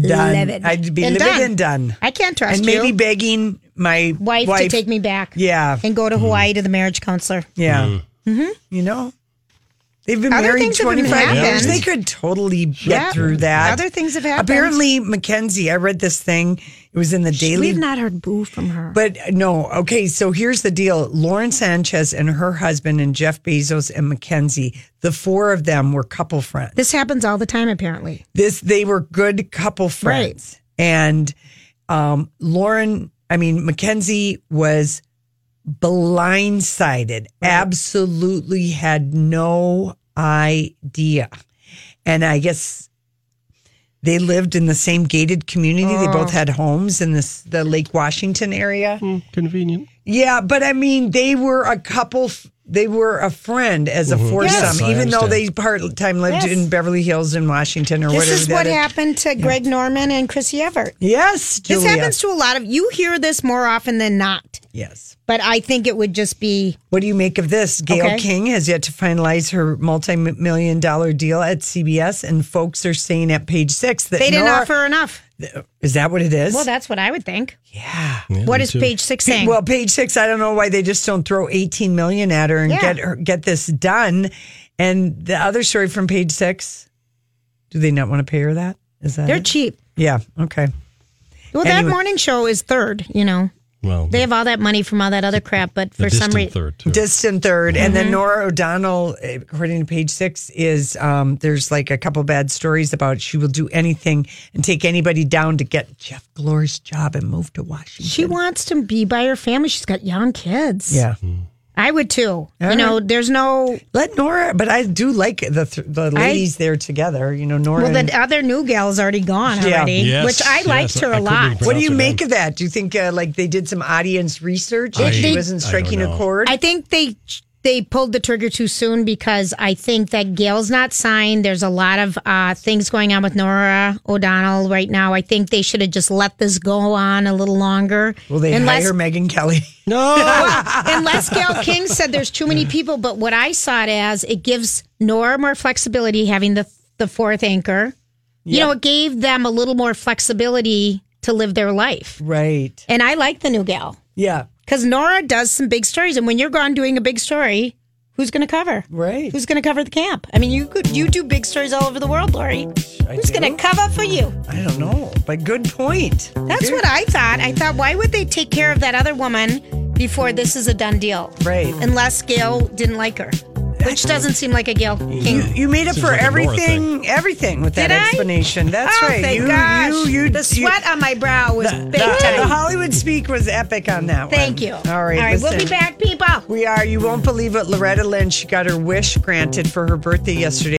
Speaker 3: done.
Speaker 2: livid.
Speaker 3: I'd be livid and done.
Speaker 2: I can't trust
Speaker 3: And maybe
Speaker 2: you.
Speaker 3: begging my
Speaker 2: Wife,
Speaker 3: wife,
Speaker 2: to take me back
Speaker 3: Yeah. Hmm.
Speaker 2: and go to Hawaii to the marriage counselor.
Speaker 3: Yeah. Mm-hmm. You know? They've been
Speaker 2: Other
Speaker 3: married
Speaker 2: things have been
Speaker 3: 25 years.
Speaker 2: happened.
Speaker 3: They could totally
Speaker 2: Yeah.
Speaker 3: get through that.
Speaker 2: Other things have happened.
Speaker 3: Apparently, Mackenzie, I read this thing. It was in the Daily.
Speaker 16: We've not heard boo from her.
Speaker 3: But no, okay, so here's the deal. Lauren Sanchez and her husband and Jeff Bezos and Mackenzie, the four of them were couple friends.
Speaker 16: This happens all the time, apparently.
Speaker 3: This they were good couple friends. And um Lauren, I mean Mackenzie was blindsided. Absolutely had no idea. And I guess they lived in the same gated community. They both
Speaker 1: Oh.
Speaker 3: had homes in this the Lake Washington area.
Speaker 1: Convenient.
Speaker 3: Yeah, but I mean, they were a couple. f- They were a friend as a
Speaker 2: Mm-hmm.
Speaker 1: Mhm.
Speaker 3: foursome,
Speaker 1: Yes. I
Speaker 3: even though
Speaker 1: understand.
Speaker 3: they part time lived
Speaker 2: Yes.
Speaker 3: in Beverly Hills in Washington or
Speaker 2: This
Speaker 3: whatever.
Speaker 2: is
Speaker 3: that
Speaker 2: what
Speaker 3: is.
Speaker 2: happened to Greg Norman and Chrissy Everett.
Speaker 3: Yes,
Speaker 2: This
Speaker 3: Julia.
Speaker 2: happens to a lot of you hear this more often than not.
Speaker 3: Yes.
Speaker 2: But I think it would just be
Speaker 3: What do you make of this? Gail
Speaker 2: Okay.
Speaker 3: King has yet to finalize her multi-million dollar deal at CBS, and folks are saying at Page Six that
Speaker 2: they didn't
Speaker 3: Nor-
Speaker 2: offer enough.
Speaker 3: Is that what it is?
Speaker 2: Well, that's what I would think.
Speaker 3: What is
Speaker 2: What me is too. Page Six saying?
Speaker 3: Well, page six, I don't know why they just don't throw eighteen million at her and
Speaker 2: Yeah.
Speaker 3: get her get this done. And the other story from page six, do they not want to pay her that? Is that
Speaker 2: They're
Speaker 3: it?
Speaker 2: cheap.
Speaker 3: Yeah. Okay.
Speaker 2: Well, that
Speaker 3: Anyway.
Speaker 2: morning show is third, you know.
Speaker 1: Well,
Speaker 2: They have all that money from all that other crap, but for some reason,
Speaker 3: Distant 3rd And then
Speaker 2: Mhm.
Speaker 3: Nora O'Donnell, according to page six, is um, there's like a couple bad stories about she will do anything and take anybody down to get Jeff Glory's job and move to Washington.
Speaker 2: she wants to be by her family. She's got young kids.
Speaker 3: Yeah.
Speaker 2: I would too. you
Speaker 3: right.
Speaker 2: know, there's no.
Speaker 3: Let Nora, but I do like the th- the ladies there together. You know, Nora.
Speaker 2: Well,
Speaker 3: and-
Speaker 2: the other new gal's already gone
Speaker 3: Yeah.
Speaker 2: already,
Speaker 3: Yes,
Speaker 2: which I
Speaker 3: yes,
Speaker 2: liked her
Speaker 3: I
Speaker 2: a
Speaker 3: couldn't
Speaker 2: lot.
Speaker 3: What do you make of that? Do you think uh, like they did some audience research?
Speaker 2: I-
Speaker 3: and she
Speaker 2: they- I
Speaker 3: wasn't
Speaker 2: don't
Speaker 3: striking a
Speaker 2: know.
Speaker 3: chord.
Speaker 2: I think they they pulled the trigger too soon because I think that Gail's not signed. There's a lot of uh, things going on with Nora O'Donnell right now. I think they should have just let this go on a little longer.
Speaker 3: Will they
Speaker 2: unless,
Speaker 3: hire Megan Kelly?
Speaker 2: unless Gail King said there's too many people. But what I saw it as, it gives Nora more flexibility having the the fourth anchor. You know, it gave them a little more flexibility to live their life.
Speaker 3: Right.
Speaker 2: And I like the new gal.
Speaker 3: Yeah.
Speaker 2: Because Nora does some big stories, and when you're gone doing a big story, who's going to cover?
Speaker 3: Right.
Speaker 2: Who's going to cover the camp? I mean, you could you do big stories all over the world, Lori.
Speaker 3: I
Speaker 2: who's
Speaker 3: do?
Speaker 2: going to cover for you?
Speaker 3: I don't know, but good point.
Speaker 2: That's what I thought. I thought, why would they take care of that other woman before this is a done deal?
Speaker 3: Right.
Speaker 2: Unless Gail didn't like her, which doesn't seem like a Gail King.
Speaker 3: You, you made up
Speaker 2: Seems
Speaker 3: for
Speaker 2: like a Nora
Speaker 3: everything, everything with that
Speaker 2: Did I?
Speaker 3: explanation. That's
Speaker 2: Oh,
Speaker 3: right.
Speaker 2: thank
Speaker 3: you,
Speaker 2: gosh.
Speaker 3: you, you,
Speaker 2: The sweat on my brow was big
Speaker 3: the,
Speaker 2: time.
Speaker 3: the Hollywood speak was epic on that one.
Speaker 2: Thank you.
Speaker 3: All right.
Speaker 2: All right, we'll be
Speaker 3: listen.
Speaker 2: back, people.
Speaker 3: We are. You won't believe it. Loretta Lynch got her wish granted for her birthday yesterday.